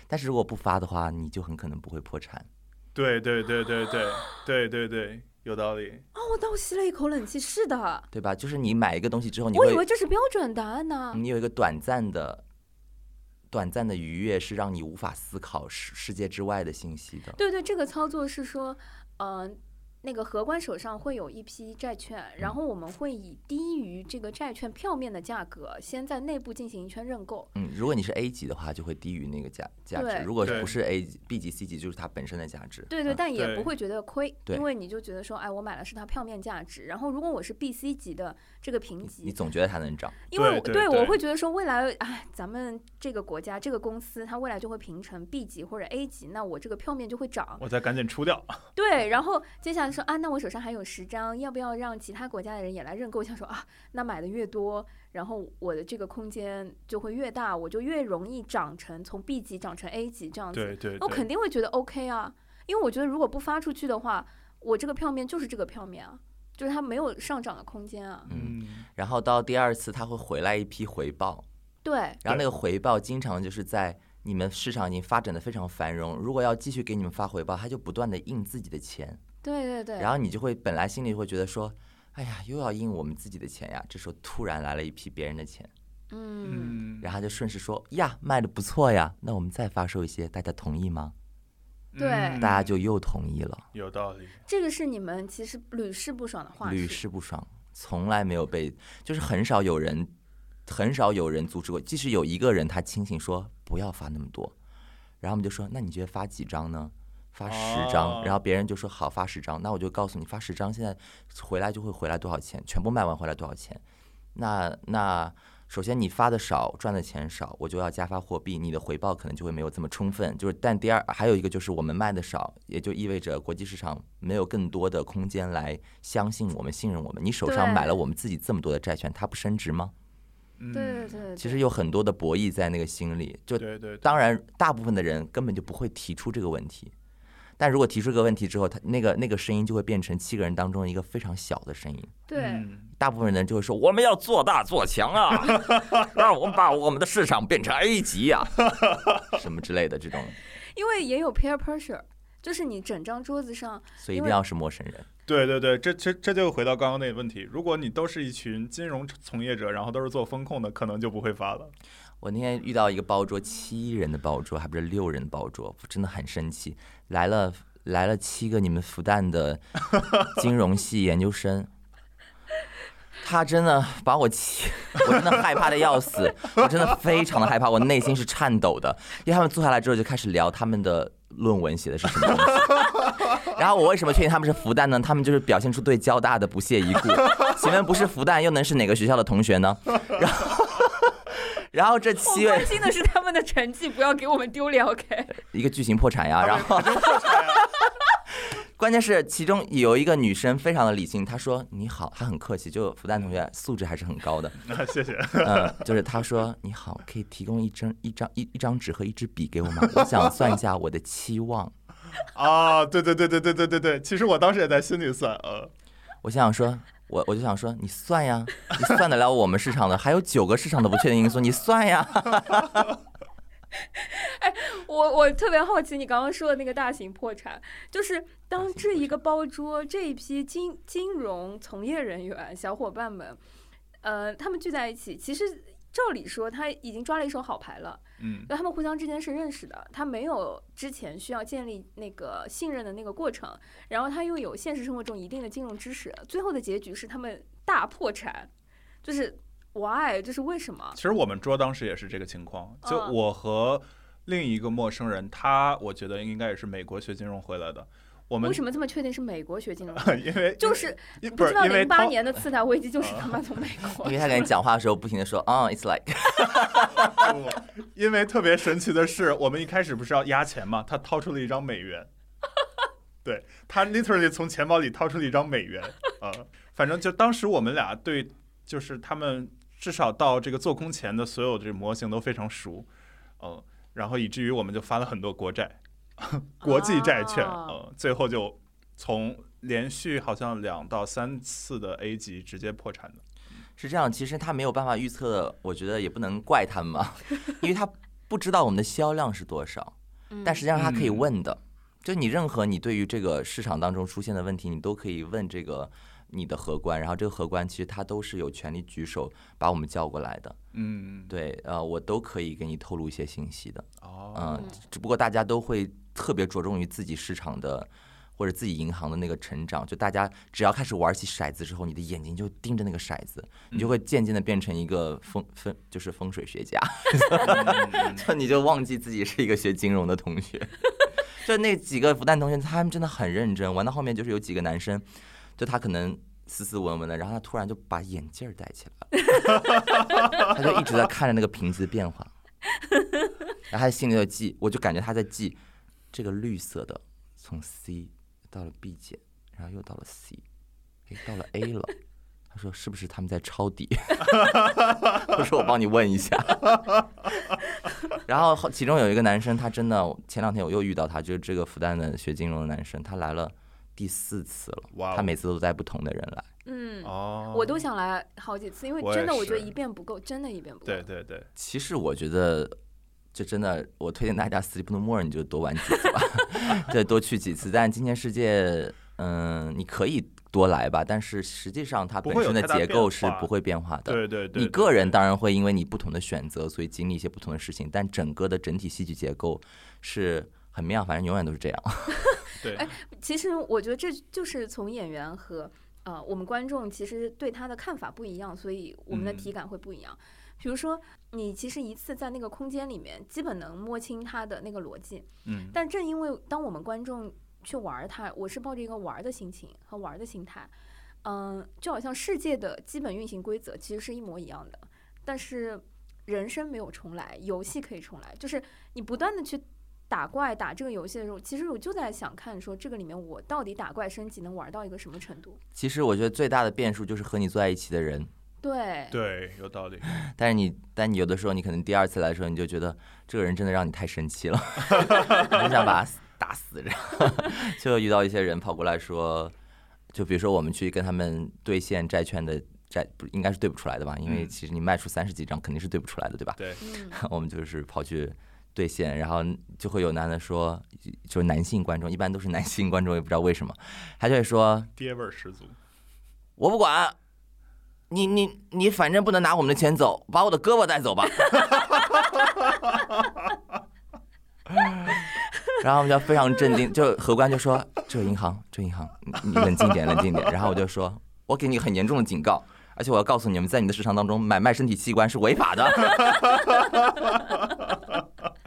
Speaker 4: 但是如果不发的话，你就很可能不会破产。
Speaker 3: 对对对对对对对对，有道理。
Speaker 2: 哦，我倒吸了一口冷气，是的，
Speaker 4: 对吧？就是你买一个东西之后，你
Speaker 2: 我
Speaker 4: 会嗯
Speaker 2: 以为这是标准答案呢。
Speaker 4: 你有一个短暂的、短暂的愉悦，是让你无法思考世世界之外的信息的。
Speaker 2: 对对，这个操作是说，呃，那个荷官手上会有一批债券，
Speaker 3: 嗯
Speaker 2: 然后我们会以低于这个债券票面的价格，先在内部进行一圈认购。
Speaker 4: 嗯，如果你是 A 级的话，就会低于那个价价值；
Speaker 2: 对
Speaker 4: 如果是
Speaker 3: 对
Speaker 4: 不是 A 级、B 级、C 级，就是它本身的价值。
Speaker 2: 对对，
Speaker 4: 嗯
Speaker 2: 但也
Speaker 3: 啊对
Speaker 2: 不会觉得亏，
Speaker 4: 对
Speaker 2: 因为你就觉得说，哎，我买了是它票面价值。然后如果我是 B、C 级的这个评
Speaker 4: 你
Speaker 2: 级，
Speaker 4: 总觉得它能涨。
Speaker 2: 因为我
Speaker 3: 对对
Speaker 2: 我
Speaker 3: 对
Speaker 2: 会觉得说未来，哎，咱们这个国家这个公司它未来就会评成 B 级或者 A 级，那我这个票面就会涨。
Speaker 3: 我再赶紧出掉。
Speaker 2: 对，然后接下来说啊，那我手上还有十张，要不要让其他国家的人也来认购一下？说啊，那买的越多，然后我的这个空间就会越大，我就越容易长成从 B 级长成 A 级这样子。
Speaker 3: 对对
Speaker 2: 那哦我肯
Speaker 3: 对，
Speaker 2: 定会觉得 OK 啊，因为我觉得如果不发出去的话，我这个票面就是这个票面啊，就是它没有上涨的空间啊。
Speaker 3: 嗯，
Speaker 4: 然后到第二次，它会回来一批回报，
Speaker 2: 对，
Speaker 4: 然后那
Speaker 3: 对
Speaker 4: 个回报经常就是在你们市场已经发展的非常繁荣，如果要继续给你们发回报，它就不断的印自己的钱。
Speaker 2: 对对对。
Speaker 4: 然后你就会本来心里会觉得说，哎呀，又要印我们自己的钱呀。这时候突然来了一批别人的钱，
Speaker 2: 嗯，
Speaker 3: 嗯，
Speaker 4: 然后他就顺势说呀，卖的不错呀，那我们再发售一些，大家同意吗？
Speaker 2: 对
Speaker 3: 嗯
Speaker 4: 大家就又同意了，
Speaker 3: 有道理。
Speaker 2: 这个是你们其实屡试不爽的话
Speaker 4: 屡
Speaker 2: 题。
Speaker 4: 试不爽，从来没有被，就是很少有人，很少有人阻止过。即使有一个人他清醒说不要发那么多，然后我们就说，那你觉得发几张呢？发十张，
Speaker 3: 哦
Speaker 4: 然后别人就说好发十张，那我就告诉你发十张，现在回来就会回来多少钱，全部卖完回来多少钱。那那首先你发的少，赚的钱少，我就要加发货币，你的回报可能就会没有这么充分。就是，但第二还有一个就是我们卖的少，也就意味着国际市场没有更多的空间来相信我们、信任我们。你手上
Speaker 2: 对
Speaker 4: 买了我们自己这么多的债券，它不升值吗？
Speaker 3: 嗯，
Speaker 2: 对对对对，
Speaker 4: 其实有很多的博弈在那个心里。就
Speaker 3: 对对，
Speaker 4: 当然，大部分的人根本就不会提出这个问题。但如果提出这个问题之后，他那个那个声音就会变成七个人当中一个非常小的声音。
Speaker 2: 对。
Speaker 3: 嗯
Speaker 4: 大部分人就会说我们要做大做强
Speaker 2: (laughs)
Speaker 4: 啊，让我们把我们的市场变成 A 级
Speaker 2: (laughs)
Speaker 4: 啊，什么之类的这种，
Speaker 2: 因为也有 peer pressure，就是你整张桌子上，
Speaker 4: 所以一
Speaker 2: 因
Speaker 4: 定
Speaker 2: 为
Speaker 4: 要是陌生人。
Speaker 3: 对对对，这这这就回到刚刚那个问题，如果你都是一群金融从业者，然后都是做风控的，可能就不会发了。 (laughs)
Speaker 4: 我那天遇到一个包桌，七人的包桌，还不是六人的包桌，我真的很生气。来了来了七个你们复旦的金融系研究生，他真的把我气，我真的害怕的要死，我真的非常的害怕，我内心是颤抖的。因为他们坐下来之后就开始聊他们的论文写的是什么东西。 (laughs) 然后我为什么确定他们是复旦呢？他们就是表现出对交大的不屑一顾。前面不是复旦，又能是哪个学校的同学呢？ (laughs) 然后，然后这
Speaker 2: 我
Speaker 4: 七位
Speaker 2: 关心的是他们的成绩，不要给我们丢脸，OK？
Speaker 4: 一个剧啊情破产呀，然后。 (laughs) 关键是其中有一个女生非常的理性，她说：“你好。”她很客气，就复旦同学素质还是很高的。
Speaker 3: 那谢谢。 (laughs)
Speaker 4: (laughs) 嗯，就是她说：“你好，可以提供一张一张一一张纸和一支笔给我吗？我想算一下我的期望。
Speaker 3: 啊，对对对对对对对对，其实我当时也在心里算，呃，
Speaker 4: 我想说，我我就想说，你算呀，你算得了我们市场的，还有九个市场的不确定因素，你算呀。
Speaker 2: (laughs) 我我特别好奇你刚刚说的那个大型破产，就是当这一个包桌这一批金金融从业人员小伙伴们，呃，他们聚在一起，其实照理说他已经抓了一手好牌了，
Speaker 3: 嗯
Speaker 2: 那他们互相之间是认识的，他没有之前需要建立那个信任的那个过程，然后他又有现实生活中一定的金融知识，最后的结局是他们大破产，就是 why，就是为什么？
Speaker 3: 其实我们桌当时也是这个情况，就
Speaker 2: 嗯
Speaker 3: 我和另一个陌生人，他我觉得应该也是美国学金融回来的，我们
Speaker 2: 为什么这么确定是美国学
Speaker 3: (laughs)
Speaker 2: 金融？
Speaker 3: 因为
Speaker 2: 就是
Speaker 3: 因
Speaker 2: 不
Speaker 3: 不
Speaker 2: 知
Speaker 3: 是
Speaker 2: 道
Speaker 3: 因为
Speaker 2: 零八
Speaker 3: 他哦
Speaker 2: 年的次贷危机就是他妈从美国
Speaker 4: 因为她跟你讲话的时候不停的说，嗯，it's like，
Speaker 3: (laughs) 不因为特别神奇的是，我们一开始不是要押钱嘛，他掏出了一张美元。对他 literally 从钱包里掏出了一张美元啊、反正就当时我们俩对，就是他们至少到这个做空前的所有这模型都非常熟，嗯、然后以至于我们就发了很多国债、国际债券，嗯、
Speaker 2: 哦
Speaker 3: 最后就从连续好像两到三次的 A 级直接破产的。
Speaker 4: 是这样，其实他没有办法预测的，我觉得也不能怪他们嘛，因为他不知道我们的销量是多少，但实际上他可以问的，就你任何你对于这个市场当中出现的问题，你都可以问这个你的荷官，然后这个荷官其实他都是有权利举手把我们叫过来的，
Speaker 3: 嗯，
Speaker 4: 对，呃，我都可以给你透露一些信息的，
Speaker 3: 哦，
Speaker 4: 嗯，只不过大家都会特别着重于自己市场的。或者自己银行的那个成长，就大家只要开始玩起骰子之后，你的眼睛就盯着那个骰子，你就会渐渐的变成一个风风就是风水学家， (laughs) 就你就忘记自己是一个学金融的同学。 (laughs) 就那几个复旦同学，他们真的很认真，玩到后面就是有几个男生，就他可能斯斯文文的，然后他突然就把眼镜儿戴起来了， (laughs) 他就一直在看着那个瓶子变化，然后他心里就记，我就感觉他在记这个绿色的从 C 到了 B 键，然后又到了 C，哎，到了 A 了。他说：“是不是他们在抄底？” (laughs) 我说：“我帮你问一下。” (laughs) 然后后其中有一个男生，他真的前两天我又遇到他，就是这个复旦的学金融的男生，他来了第四次了。
Speaker 3: 哇哦
Speaker 4: 他每次都带不同的人来。
Speaker 2: 嗯，
Speaker 3: 哦，
Speaker 2: 我都想来好几次，因为
Speaker 3: 我也
Speaker 2: 真的我觉得
Speaker 3: 是
Speaker 2: 一遍不够，真的一遍不够。
Speaker 3: 对对对，
Speaker 4: 其实我觉得，就真的，我推荐大家 Sleep No More，你就多玩几次吧，
Speaker 3: (laughs)
Speaker 4: (laughs) 对，多去几次。但今天世界，嗯，你可以多来吧，但是实际上它
Speaker 3: 不
Speaker 4: 本
Speaker 3: 会有
Speaker 4: 身的
Speaker 3: 太大
Speaker 4: 结构
Speaker 3: 变
Speaker 4: 是
Speaker 3: 化
Speaker 4: 不会变化的。
Speaker 3: 对对对，
Speaker 4: 你个人当然会因为你不同的选择，所以经历一些不同的事情，但整个的整体戏剧结构是很妙，反正永远都是这样。 (laughs)
Speaker 3: 对，
Speaker 2: 哎其实我觉得这就是从演员和呃我们观众其实对他的看法不一样，所以我们的
Speaker 3: 嗯
Speaker 2: 体感会不一样。比如说，你其实一次在那个空间里面，基本能摸清他的那个逻辑，
Speaker 3: 嗯
Speaker 2: 但正因为当我们观众去玩儿它，我是抱着一个玩儿的心情和玩儿的心态，嗯、就好像世界的基本运行规则其实是一模一样的，但是人生没有重来，游戏可以重来，就是你不断的去。打怪打这个游戏的时候，其实我就在想看，说这个里面我到底打怪升级能玩到一个什么程度？
Speaker 4: 其实我觉得最大的变数就是和你坐在一起的人，
Speaker 2: 对，
Speaker 3: 对，有道理。
Speaker 4: 但是你，但你有的时候你可能第二次来的时候，你就觉得这个人真的让你太生
Speaker 3: (laughs)
Speaker 4: 气了，你很想把他死打死，然后 (laughs) 就遇到一些人跑过来说，就比如说我们去跟他们兑现债券的债，不应该是兑不出来的吧？因为
Speaker 3: 嗯
Speaker 4: 其实你卖出三十几张肯定是兑不出来的，对吧？
Speaker 3: 对，
Speaker 2: 嗯，
Speaker 4: 我们就是跑去兑现，然后就会有男的说，就是男性观众，一般都是男性观众，也不知道为什么，他就会说
Speaker 3: 爹味儿十足。
Speaker 4: 我不管，你你你反正不能拿我们的钱走，把我的胳膊带走吧。 (laughs) 然后我们就非常震惊，就荷官就说：“这个银行，这个银行，你你冷静点，冷静点。”然后我就说：“我给你很严重的警告，而且我要告诉你们，在你的市场当中买卖身体器官是违法的。 (laughs)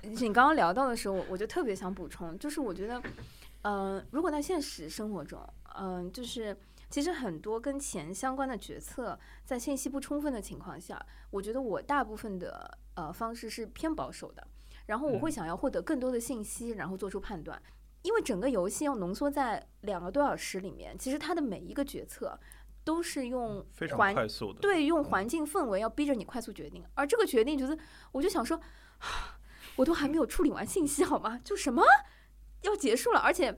Speaker 2: 你刚刚聊到的时候，我就特别想补充，就是我觉得，嗯、如果在现实生活中，嗯、就是其实很多跟钱相关的决策，在信息不充分的情况下，我觉得我大部分的呃方式是偏保守的，然后我
Speaker 3: 嗯
Speaker 2: 会想要获得更多的信息，然后做出判断。因为整个游戏要浓缩在两个多小时里面，其实它的每一个决策都是用
Speaker 3: 非常
Speaker 2: 环
Speaker 3: 快速的，，
Speaker 2: 对，用环境氛围要逼着你快速决定，而这个决定就是，我就想说， (sighs) 啊我都还没有处理完信息好吗？就什么要结束了，而且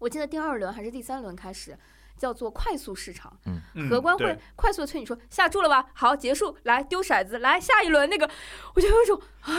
Speaker 2: 我记得第二轮还是第三轮开始叫做快速市场，
Speaker 3: 嗯、
Speaker 2: 荷官会
Speaker 3: 对
Speaker 2: 快速的催你说下注了吧，好，结束，来丢骰子，来下一轮那个，我就有一种啊，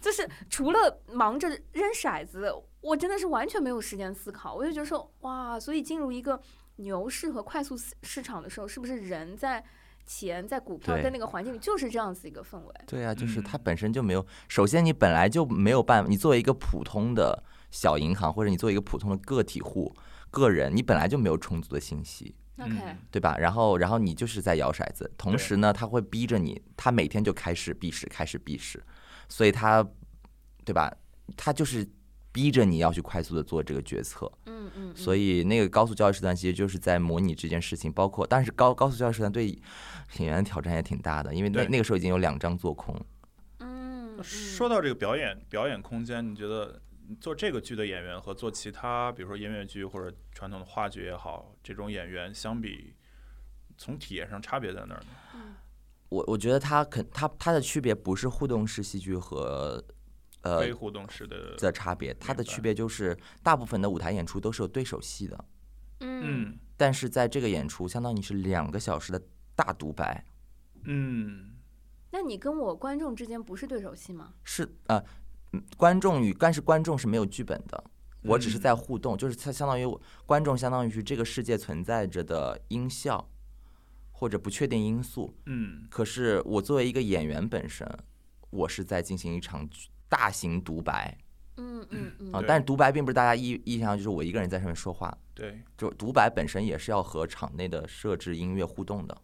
Speaker 2: 就是除了忙着扔骰子，我真的是完全没有时间思考，我就觉得说哇，所以进入一个牛市和快速市市场的时候，是不是人在钱在股票
Speaker 4: 对
Speaker 2: 在那个环境里就是这样子一个氛围？”
Speaker 4: 对啊，就是
Speaker 3: 嗯
Speaker 4: 它本身就没有，首先你本来就没有办法，你作为一个普通的小银行，或者你作为一个普通的个体户、个人，你本来就没有充足的信息。
Speaker 3: 嗯
Speaker 2: ？OK，
Speaker 4: 对吧？然后，然后你就是在摇骰子，同
Speaker 3: 对
Speaker 4: 时呢，他会逼着你，他每天就开始闭市，开始闭市，所以他，对吧？他就是逼着你要去快速的做这个决策。
Speaker 2: 嗯嗯，
Speaker 4: 所以那个高速教育时段其实就是在模拟这件事情，包括，但是高高速教育时段对演员的挑战也挺大的，因为那
Speaker 3: 对
Speaker 4: 那个时候已经有两张做空，
Speaker 2: 嗯，嗯
Speaker 3: 说到这个表演表演空间，你觉得做这个剧的演员和做其他，比如说音乐剧或者传统的话剧也好，这种演员相比，从体验上差别在哪儿呢？
Speaker 4: 我我觉得它肯它它的区别不是互动式戏剧和呃
Speaker 3: 非互动式的，
Speaker 4: 的差别，它的
Speaker 3: 明白
Speaker 4: 区别就是大部分的舞台演出都是有对手戏的，
Speaker 2: 嗯
Speaker 3: 嗯
Speaker 4: 但是在这个演出，相当于是两个小时的大独白，
Speaker 3: 嗯，
Speaker 2: 那你跟我观众之间不是对手戏吗？
Speaker 4: 是呃，嗯观众与但是观众是没有剧本的，我只是
Speaker 3: 嗯
Speaker 4: 在互动，就是它相当于我观众相当于是这个世界存在着的音效或者不确定因素，
Speaker 3: 嗯
Speaker 4: 可是我作为一个演员本身，我是在进行一场剧大型独白
Speaker 2: 嗯嗯嗯
Speaker 4: 啊、
Speaker 3: 对
Speaker 4: 但是独白并不是大家意意义上就是我一个人在上面说话，
Speaker 3: 对，
Speaker 4: 就独白本身也是要和场内的设置音乐互动的。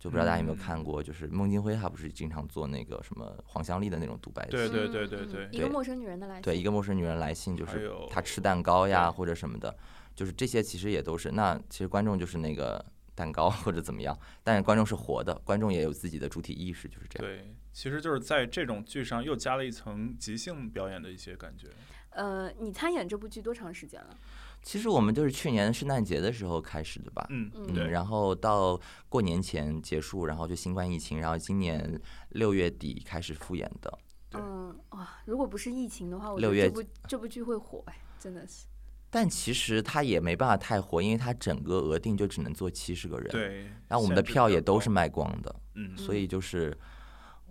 Speaker 4: 就不知道大家有没有看过，就是孟京辉他不是经常做那个什么黄香丽的那种独白戏，
Speaker 3: 对对
Speaker 2: 嗯
Speaker 3: 对
Speaker 2: 嗯
Speaker 3: 对
Speaker 2: 嗯
Speaker 3: 对
Speaker 2: 一个
Speaker 4: 对
Speaker 2: 陌生女人的来信，
Speaker 4: 对一个陌生女人来信，就
Speaker 3: 还
Speaker 4: 是
Speaker 3: 有
Speaker 4: 她吃蛋糕呀
Speaker 3: 对
Speaker 4: 或者什么的，就是这些其实也都是。那其实观众就是那个蛋糕或者怎么样，但是观众是活的，观众也有自己的主体意识，就是这样。
Speaker 3: 对，其实就是在这种剧上又加了一层即兴表演的一些感觉。
Speaker 2: 呃，你参演这部剧多长时间了？
Speaker 4: 其实我们就是去年圣诞节的时候开始的吧，
Speaker 3: 嗯
Speaker 2: 嗯
Speaker 4: 嗯，
Speaker 3: 对，
Speaker 4: 然后到过年前结束，然后就新冠疫情，然后今年六月底开始复演的。
Speaker 3: 对
Speaker 2: 嗯，哇，如果不是疫情的话，我觉
Speaker 4: 六
Speaker 2: 得
Speaker 4: 月
Speaker 2: 这部这部剧会火哎，真的是。
Speaker 4: 但其实它也没办法太火，因为它整个额定就只能坐七十个人，，
Speaker 3: 对，
Speaker 4: 然后我们的
Speaker 3: 限制
Speaker 4: 票
Speaker 3: 比较
Speaker 4: 也都
Speaker 3: 高
Speaker 4: 是卖光的，
Speaker 3: 嗯
Speaker 4: 所以就是，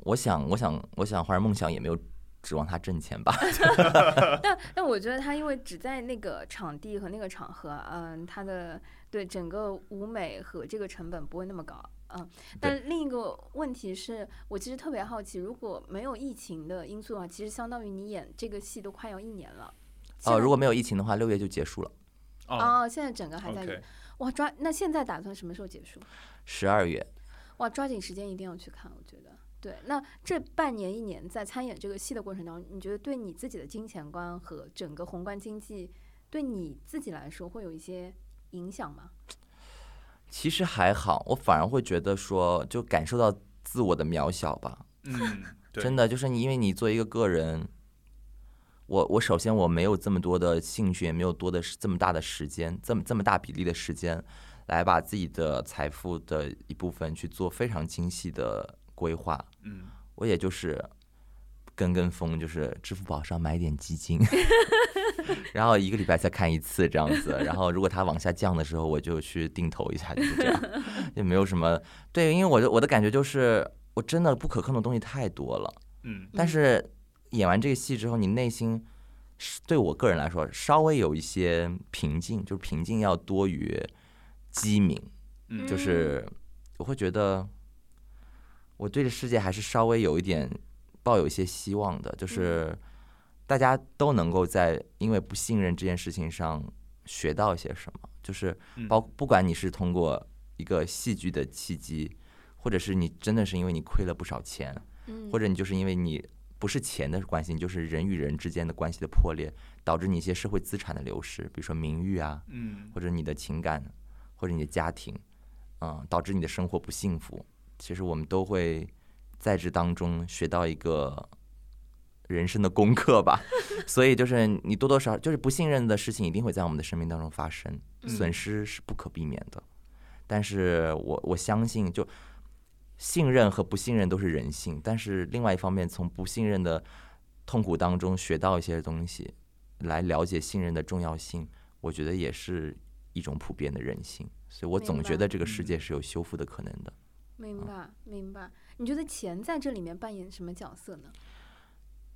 Speaker 4: 我想，我想，我想，花儿梦想也没有指望它
Speaker 3: (laughs)
Speaker 4: 挣钱吧？
Speaker 2: 但但我觉得他因为只在那个场地和那个场合，嗯，他的对整个舞美和这个成本不会那么高，嗯。但另一个问题是我其实特别好奇，如果没有疫情的因素的话，其实相当于你演这个戏都快要一年了。现
Speaker 4: 哦，
Speaker 2: 在
Speaker 4: 如果没有疫情的话，六月就结束了，
Speaker 3: 哦
Speaker 2: 哦，现在整个还在演
Speaker 3: ，OK，
Speaker 2: 哇，抓那现在打算什么时候结束？
Speaker 4: 十二月。
Speaker 2: 哇，抓紧时间一定要去看，我觉得。对，那这半年一年在参演这个戏的过程当中，你觉得对你自己的金钱观和整个宏观经济，对你自己来说会有一些影响吗？
Speaker 4: 其实还好，我反而会觉得说，就感受到自我的渺小吧。
Speaker 3: 嗯，对
Speaker 4: 真的，就是你，因为你作为一个个人，我我首先我没有这么多的兴趣，也没有多的这么大的时间，这么这么大比例的时间，来把自己的财富的一部分去做非常精细的规划。
Speaker 3: 嗯，
Speaker 4: 我也就是跟跟风，就是支付宝上买点基金， (laughs) 然后一个礼拜才看一次这样子。然后如果它往下降的时候，我就去定投一下，就是这样， (laughs) 也没有什么对，因为我的我的感觉就是，我真的不可控的东西太多了。
Speaker 3: 嗯，
Speaker 4: 但
Speaker 2: 嗯
Speaker 4: 是演完这个戏之后，你内心是对我个人来说稍微有一些平静，就是平静要多于机敏，
Speaker 3: 嗯
Speaker 4: 就是我会觉得我对这世界还是稍微有一点抱有一些希望的，就是
Speaker 3: 嗯
Speaker 4: 大家都能够在因为不信任这件事情上学到一些什么，就是
Speaker 3: 嗯
Speaker 4: 包不管你是通过一个戏剧的契机，或者是你真的是因为你亏了不少钱，
Speaker 2: 嗯，
Speaker 4: 或者你就是因为你不是钱的关系，你就是人与人之间的关系的破裂，导致你一些社会资产的流失，比如说名誉啊，
Speaker 3: 嗯
Speaker 4: 或者你的情感，或者你的家庭，嗯，导致你的生活不幸福。其实我们都会在这当中学到一个人生的功课吧。 (laughs) 所以就是你多多少少就是不信任的事情一定会在我们的生命当中发生，损
Speaker 2: 嗯
Speaker 4: 失是不可避免的。但是我我相信就。信任和不信任都是人性，但是另外一方面，从不信任的痛苦当中学到一些东西，来了解信任的重要性，我觉得也是一种普遍的人性。所以我
Speaker 2: 明
Speaker 4: 总
Speaker 2: 白
Speaker 4: 觉得这个世
Speaker 3: 嗯
Speaker 4: 界是有修复的可能的。
Speaker 2: 明白明白。你觉得钱在这里面扮演什么角色呢？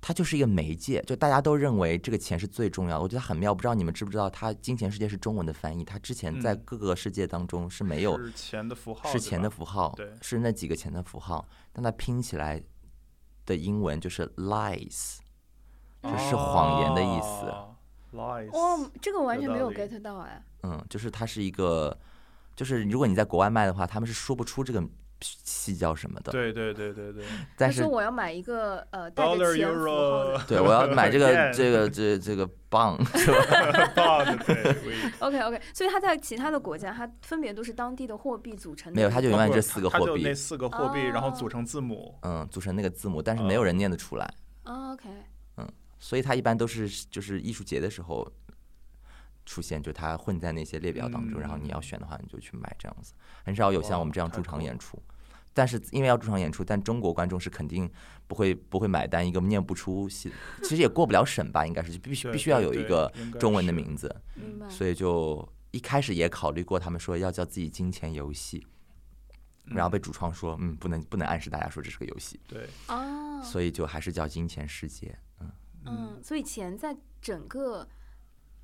Speaker 4: 它就是一个媒介，就大家都认为这个钱是最重要的。我觉得很妙，不知道你们知不知道，它“金钱世界”是中文的翻译，它之前在
Speaker 3: 嗯
Speaker 4: 各个世界当中是没有
Speaker 3: 是钱的符号，
Speaker 4: 是
Speaker 3: 对
Speaker 4: 钱的
Speaker 3: 吧
Speaker 4: 符号
Speaker 3: 对，
Speaker 4: 是那几个钱的符号，但它拼起来的英文就是 lies，这是谎言的意思。
Speaker 3: 哦 Lies，
Speaker 2: 哦，这个我完
Speaker 3: 有
Speaker 2: 全没
Speaker 3: 道
Speaker 2: 有
Speaker 3: 理
Speaker 2: get 到哎。
Speaker 4: 嗯，就是它是一个，就是如果你在国外卖的话，他们是说不出这个戏叫什么的。
Speaker 3: 对对对对对，
Speaker 4: 但
Speaker 2: 他
Speaker 4: 是
Speaker 2: 说我要买一个呃带
Speaker 3: Dollar
Speaker 2: 着钱符号的
Speaker 3: Euro，
Speaker 4: (laughs) 对，我要买这个
Speaker 3: Yen (laughs)
Speaker 4: 这个这这个棒， (laughs) 是吧？
Speaker 3: Pound，对，we-
Speaker 4: (laughs)
Speaker 2: OK OK，所以他在其他的国家，它分别都是当地的货币组成的。
Speaker 4: 没有，它就永远
Speaker 3: 不
Speaker 4: 这四个
Speaker 3: 它
Speaker 4: 货
Speaker 3: 就
Speaker 4: 币
Speaker 3: 那，四个货币，然后
Speaker 2: 哦
Speaker 3: 组成字母。嗯
Speaker 4: 嗯，组成那个字母，但是没有人念得出来。
Speaker 2: 哦 OK，
Speaker 4: 所以它一般都是就是艺术节的时候出现，就它混在那些列表当中，然后你要选的话你就去买这样子，很少有像我们这
Speaker 3: 嗯
Speaker 4: 样
Speaker 3: 哇
Speaker 4: 驻
Speaker 3: 太
Speaker 4: 场
Speaker 3: 酷
Speaker 4: 演
Speaker 3: 了
Speaker 4: 出。但是因为要驻场演出，但中国观众是肯定不会不会买单一个念不出戏，其实也过不了审吧，应该是就必须
Speaker 3: 对
Speaker 4: 必须要
Speaker 3: 对
Speaker 4: 有一
Speaker 3: 对
Speaker 4: 个
Speaker 3: 应该
Speaker 4: 中文的
Speaker 3: 是
Speaker 4: 名字，
Speaker 2: 明白。
Speaker 4: 所以就一开始也考虑过，他们说要叫自己“金钱游戏”，然后被主创说，嗯，不能不能暗示大家说这是个游戏，
Speaker 3: 对，
Speaker 2: 啊，
Speaker 4: 所以就还是叫“金钱世界
Speaker 2: 嗯，所以钱在整个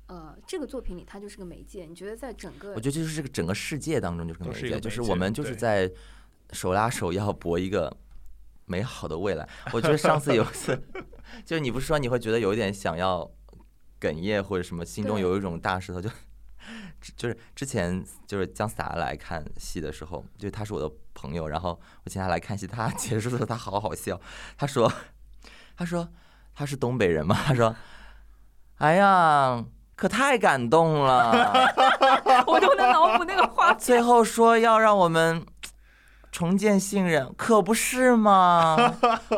Speaker 2: 呃这个作品里，它就是个媒介。你觉得在整”。个
Speaker 4: 我觉得这就是这个整个世界当中就是个
Speaker 3: 都
Speaker 4: 媒
Speaker 3: 是一个
Speaker 4: 介，就
Speaker 3: 媒
Speaker 4: 是
Speaker 3: 介
Speaker 4: 我们就是
Speaker 3: 对
Speaker 4: 在手拉手要搏一个美好的未来。我觉得上次有一
Speaker 3: (laughs)
Speaker 4: 次，就是你不是说你会觉得有一点想要哽咽或者什么，心中
Speaker 2: 对
Speaker 4: 有一种大石头就。之就是之前就是姜思达来看戏的时候，就是他是我的朋友，然后我请他来看戏，他结束的时候他好好笑，他说，他说他是东北人嘛，他说，哎呀，可太感动了，
Speaker 2: 我都能脑补
Speaker 4: (laughs)
Speaker 2: 那个画面。
Speaker 4: 最后说要让我们重建信任，可不
Speaker 3: (laughs)
Speaker 4: 是吗？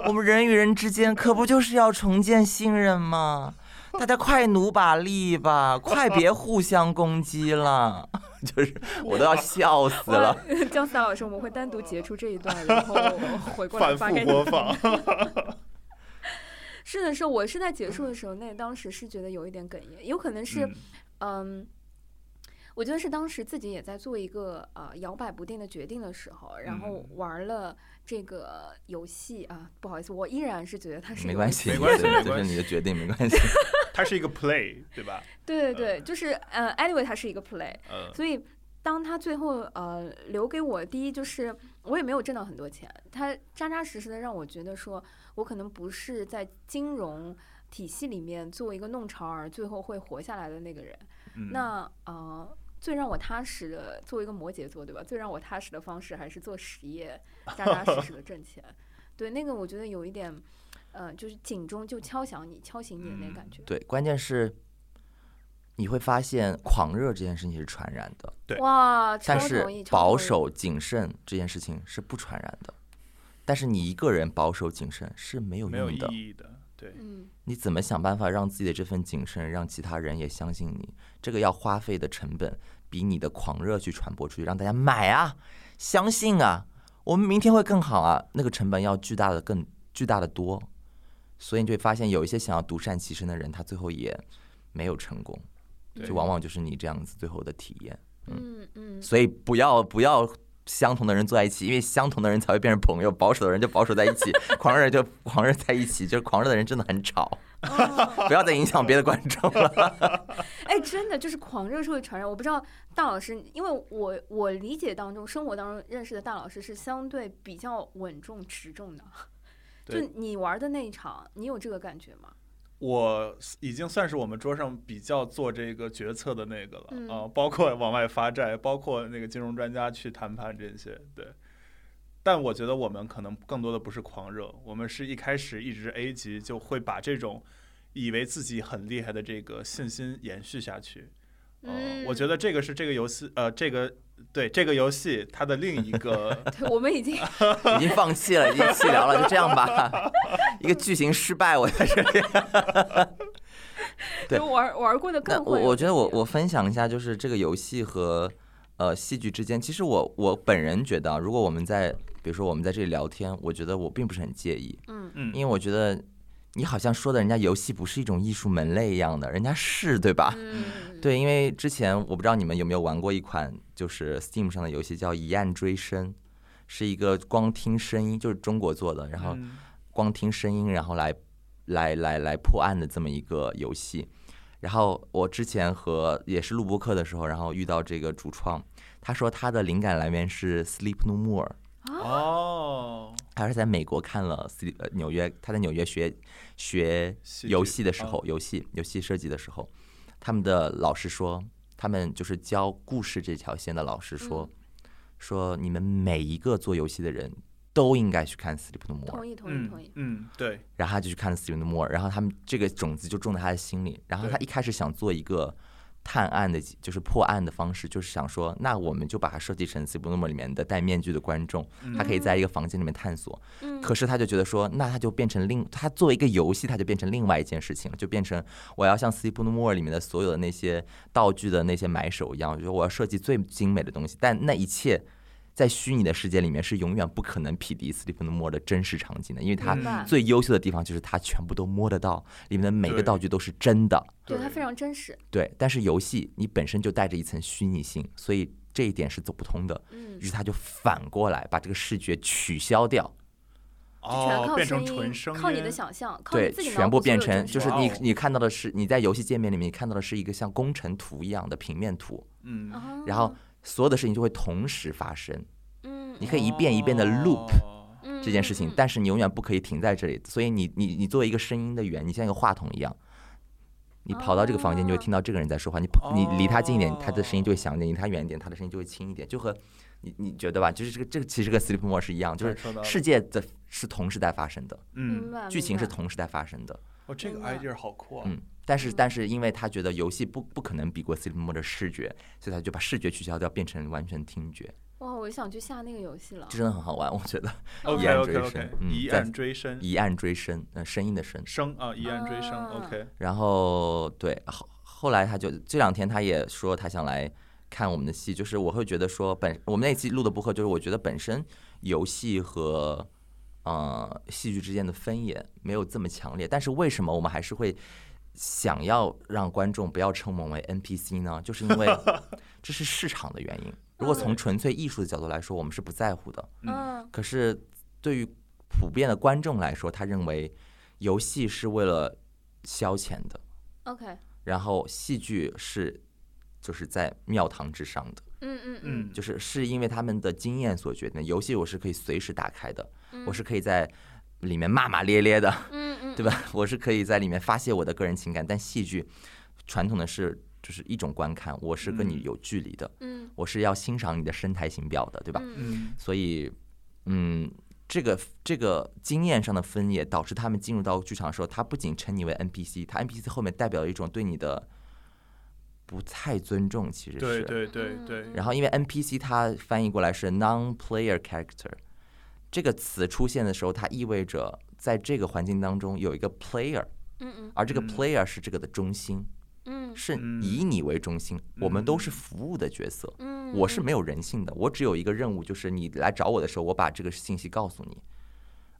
Speaker 4: 我们人与人之间可不就是要重建信任吗？大家快努把
Speaker 3: (laughs)
Speaker 4: 力吧，快别互相攻击了，就是我都要笑死了。
Speaker 2: 哇 (laughs) 姜思达老师，我们会单独截出这一段，然
Speaker 4: (laughs)
Speaker 2: 后回过来
Speaker 3: 反
Speaker 2: 发
Speaker 3: 复
Speaker 2: 给你。
Speaker 3: 播放，
Speaker 2: 是的，是的我是在结束的时候，那当时是觉得有一点哽咽，有可能是
Speaker 3: 嗯
Speaker 2: 嗯，我觉得是当时自己也在做一个呃摇摆不定的决定的时候，然
Speaker 4: 嗯
Speaker 2: 后玩了这个游戏啊，不好意思，我依然是觉得它是
Speaker 4: 没
Speaker 2: 游
Speaker 4: 关
Speaker 2: 戏
Speaker 4: 系，
Speaker 3: 没关系
Speaker 4: 就是
Speaker 3: 没关
Speaker 4: 就是
Speaker 3: 系
Speaker 4: 你的决定，没关系。
Speaker 3: 它是一个 play，对吧？
Speaker 2: 对对
Speaker 4: 嗯
Speaker 2: 对，就是呃，anyway，它是一个 play，
Speaker 3: 嗯，
Speaker 2: 所以当他最后呃留给我，第一就是我也没有挣到很多钱，他扎扎实实的让我觉得说我可能不是在金融体系里面作为一个弄潮儿最后会活下来的那个人。
Speaker 3: 嗯
Speaker 2: 那呃，最让我踏实的，作为一个摩羯座，对吧？最让我踏实的方式还是做实业，扎扎实实的挣钱。对，那个我觉得有一点，呃，就是警钟就敲响你，敲醒你的那个感觉。
Speaker 4: 嗯对，关键是你会发现狂热这件事情是传染的，
Speaker 3: 对
Speaker 2: 哇，超
Speaker 4: 但是
Speaker 2: 同意，超
Speaker 4: 保
Speaker 2: 同意。
Speaker 4: 守谨慎这件事情是不传染的。但是你一个人保守谨慎是没有
Speaker 3: 嗯没有
Speaker 4: 用
Speaker 3: 意
Speaker 4: 的，
Speaker 3: 义的，对，
Speaker 2: 嗯，
Speaker 4: 你怎么想办法让自己的这份谨慎让其他人也相信你？这个要花费的成本比你的狂热去传播出去，让大家买啊，相信啊，我们明天会更好啊，那个成本要巨大的更巨大的多。所以你就会发现，有一些想要独善其身的人，他最后也没有成功，
Speaker 3: 对
Speaker 4: 就往往就是你这样子最后的体验。
Speaker 2: 嗯嗯，
Speaker 4: 所以不要不要相同的人坐在一起，因为相同的人才会变成朋友，保守的人就保守在一起，狂热的人就狂热在一起，就是狂热的人真的很吵，
Speaker 2: 哦
Speaker 4: 不要再影响别的观众了。
Speaker 2: 哎，真的就是狂热是会传染。我不知道大老师，因为我我理解当中，生活当中认识的大老师是相对比较稳重持重的。就
Speaker 3: 对
Speaker 2: 你玩的那一场，你有这个感觉吗？ (laughs)
Speaker 3: 我已经算是我们桌上比较做这个决策的那个了啊、
Speaker 2: 嗯
Speaker 3: 呃包括往外发债，包括那个金融专家去谈判这些，对。但我觉得我们可能更多的不是狂热，我们是一开始一直 A 级就会把这种以为自己很厉害的这个信心延续下
Speaker 2: 嗯
Speaker 3: 去。呃我觉得这个是这个游戏，呃，这个对这个游戏它的另一
Speaker 4: (laughs)
Speaker 3: 个
Speaker 2: 对，我们已经 (laughs)
Speaker 4: 已经放弃了，已经弃聊了，就这样吧。一个剧情失败，我在这里。对
Speaker 2: 就玩玩过的
Speaker 4: (laughs) 那
Speaker 2: 更
Speaker 4: 我
Speaker 2: 会有
Speaker 4: 我觉得我
Speaker 2: 感
Speaker 4: 我分享一下，就是这个游戏和呃戏剧之间，其实我我本人觉得啊，如果我们在比如说我们在这里聊天，我觉得我并不是很介意，
Speaker 2: 嗯
Speaker 3: 嗯
Speaker 4: 因为我觉得你好像说的人家游戏不是一种艺术门类一样的，人家是对吧？
Speaker 2: 嗯，
Speaker 4: 对，因为之前我不知道你们有没有玩过一款就是 Steam 上的游戏叫《一案追声》，是一个光听声音，就是中国做的，然后
Speaker 3: 嗯
Speaker 4: 光听声音，然后来来来来破案的这么一个游戏。然后我之前和也是录播课的时候，然后遇到这个主创，他说他的灵感来源是《Sleep No More》，
Speaker 2: 嗯啊
Speaker 3: 哦，
Speaker 4: 他是在美国看了 Sleep 呃纽约，他在纽约学学
Speaker 3: 戏
Speaker 4: 游
Speaker 3: 剧
Speaker 4: 戏的时
Speaker 3: 啊
Speaker 4: 候，游戏游戏设计的时候，他们的老师说，他们就是教故事这条线的老师说，说你们每一个做游戏的人都应该去看 Sleep No More。
Speaker 2: 同意同意同
Speaker 3: 嗯
Speaker 2: 意，
Speaker 3: 嗯，对，
Speaker 4: 然后他就去看了 Steven Moore，然后他们这个种子就种在他的心里。然后他
Speaker 3: 对
Speaker 4: 一开始想做一个探案的，就是破案的方式，就是想说，那我们就把它设计成《西部诺姆》里面的戴面具的观众，他可以在一个房间里面探索。
Speaker 2: 嗯
Speaker 4: 可是他就觉得说，那他就变成另，他作为一个游戏，他就变成另外一件事情了，就变成我要像《Sleep No More》里面的所有的那些道具的那些买手一样，就是我要设计最精美的东西，但那一切。在虚拟的世界里面是永远不可能匹敌《Sleep No More》的真实场景的，因为它
Speaker 2: 明白
Speaker 4: 最优秀的地方就是它全部都摸得到，里面的每个
Speaker 3: 对
Speaker 4: 道具都是真的。
Speaker 2: 对它非常真实，
Speaker 4: 对，但是游戏你本身就带着一层虚拟性，所以这一点是走不通的。
Speaker 2: 嗯
Speaker 4: 于，是他就反过来把这个视觉取消掉，
Speaker 2: 全
Speaker 3: 哦，
Speaker 2: 靠
Speaker 3: 变成
Speaker 2: 声
Speaker 3: 纯
Speaker 2: 音，
Speaker 3: 声音，
Speaker 2: 靠你的想象，靠你
Speaker 4: 对，
Speaker 2: 自己
Speaker 4: 全部变成就是
Speaker 3: 哇
Speaker 4: 你
Speaker 3: 哦
Speaker 4: 你看到的是你在游戏界面里面你看到的是一个像工程图一样的平面图，
Speaker 3: 嗯，
Speaker 2: 哦
Speaker 4: 然后所有的事情就会同时发生，
Speaker 2: 嗯，
Speaker 4: 你可以一遍一遍的 loop
Speaker 3: 哦
Speaker 2: 嗯
Speaker 4: 这件事情
Speaker 2: 嗯，
Speaker 4: 但是你永远不可以停在这里。所以你你你作为一个声音的源，你像一个话筒一样。你跑到这个房间，你就会听到这个人在说话。你跑你离他近一点，他的声音就会响一点；你离他远一点，他的声音就会轻一点。就和你你觉得吧，就是这个这个其实跟 Sleep More 是一样，就是
Speaker 3: 感受到了
Speaker 4: 世界的是同时代发生的，
Speaker 2: 嗯明
Speaker 3: 嗯，
Speaker 2: 白
Speaker 4: 剧情是
Speaker 2: 明白
Speaker 4: 同时代发生的。
Speaker 3: 哦，这个
Speaker 2: 明白
Speaker 3: idea 好酷啊，
Speaker 4: 嗯，但是但是因为他觉得游戏不不可能比过 Sleep More 的视觉，所以他就把视觉取消掉，变成完全听觉。
Speaker 2: 哇，我想去下那个游戏了
Speaker 4: 这。真的很好玩，我觉得。
Speaker 3: OK
Speaker 4: 一案
Speaker 3: OK
Speaker 4: 追
Speaker 3: OK，
Speaker 4: 声嗯
Speaker 3: 一
Speaker 4: 在
Speaker 3: 案追声，
Speaker 4: 一案追声，呃，声音的声。
Speaker 3: 声啊，一案追声
Speaker 2: 啊
Speaker 3: ，OK，
Speaker 4: 然后对后后来他就这两天他也说他想来看我们的戏，就是我会觉得说本我们那期录的播客，就是我觉得本身游戏和呃戏剧之间的分野没有这么强烈，但是为什么我们还是会想要让观众不要称我们为 NPC 呢？就是因为这是市场的原因。如果从纯粹艺术的角度来说，我们是不在乎的。
Speaker 2: 嗯
Speaker 4: 可是对于普遍的观众来说，他认为游戏是为了消遣的，
Speaker 2: ，OK，
Speaker 4: 然后戏剧是就是在庙堂之上的，
Speaker 2: 嗯嗯嗯
Speaker 3: 嗯，
Speaker 4: 就是是因为他们的经验所决定的。游戏我是可以随时打开的，
Speaker 2: 嗯，
Speaker 4: 我是可以在里面骂骂咧咧的，
Speaker 2: 嗯嗯，
Speaker 4: 对吧？ (laughs) 我是可以在里面发泄我的个人情感，但戏剧传统的是就是一种观看，我是跟你
Speaker 3: 嗯
Speaker 4: 有距离的，
Speaker 2: 嗯
Speaker 4: 我是要欣赏你的身材形表的，对吧？
Speaker 2: 嗯
Speaker 3: 嗯
Speaker 4: 所以，嗯，这个这个经验上的分野导致他们进入到剧场的时候，他不仅称你为 NPC，他 NPC 后面代表一种对你的不太尊重，其实
Speaker 3: 对
Speaker 4: 是。
Speaker 3: 对对
Speaker 2: 嗯
Speaker 3: 对，
Speaker 4: 然后，因为 NPC 它翻译过来是 non-player character 这个词出现的时候，它意味着在这个环境当中有一个 player，
Speaker 2: 嗯
Speaker 4: 而这个
Speaker 3: 嗯
Speaker 4: player 是这个的中心，
Speaker 2: 嗯
Speaker 4: 是
Speaker 3: 嗯
Speaker 4: 以你为中心，我们都是服务的角色。
Speaker 2: 嗯，
Speaker 4: 我是没有人性的，我只有一个任务，就是你来找我的时候，我把这个信息告诉你。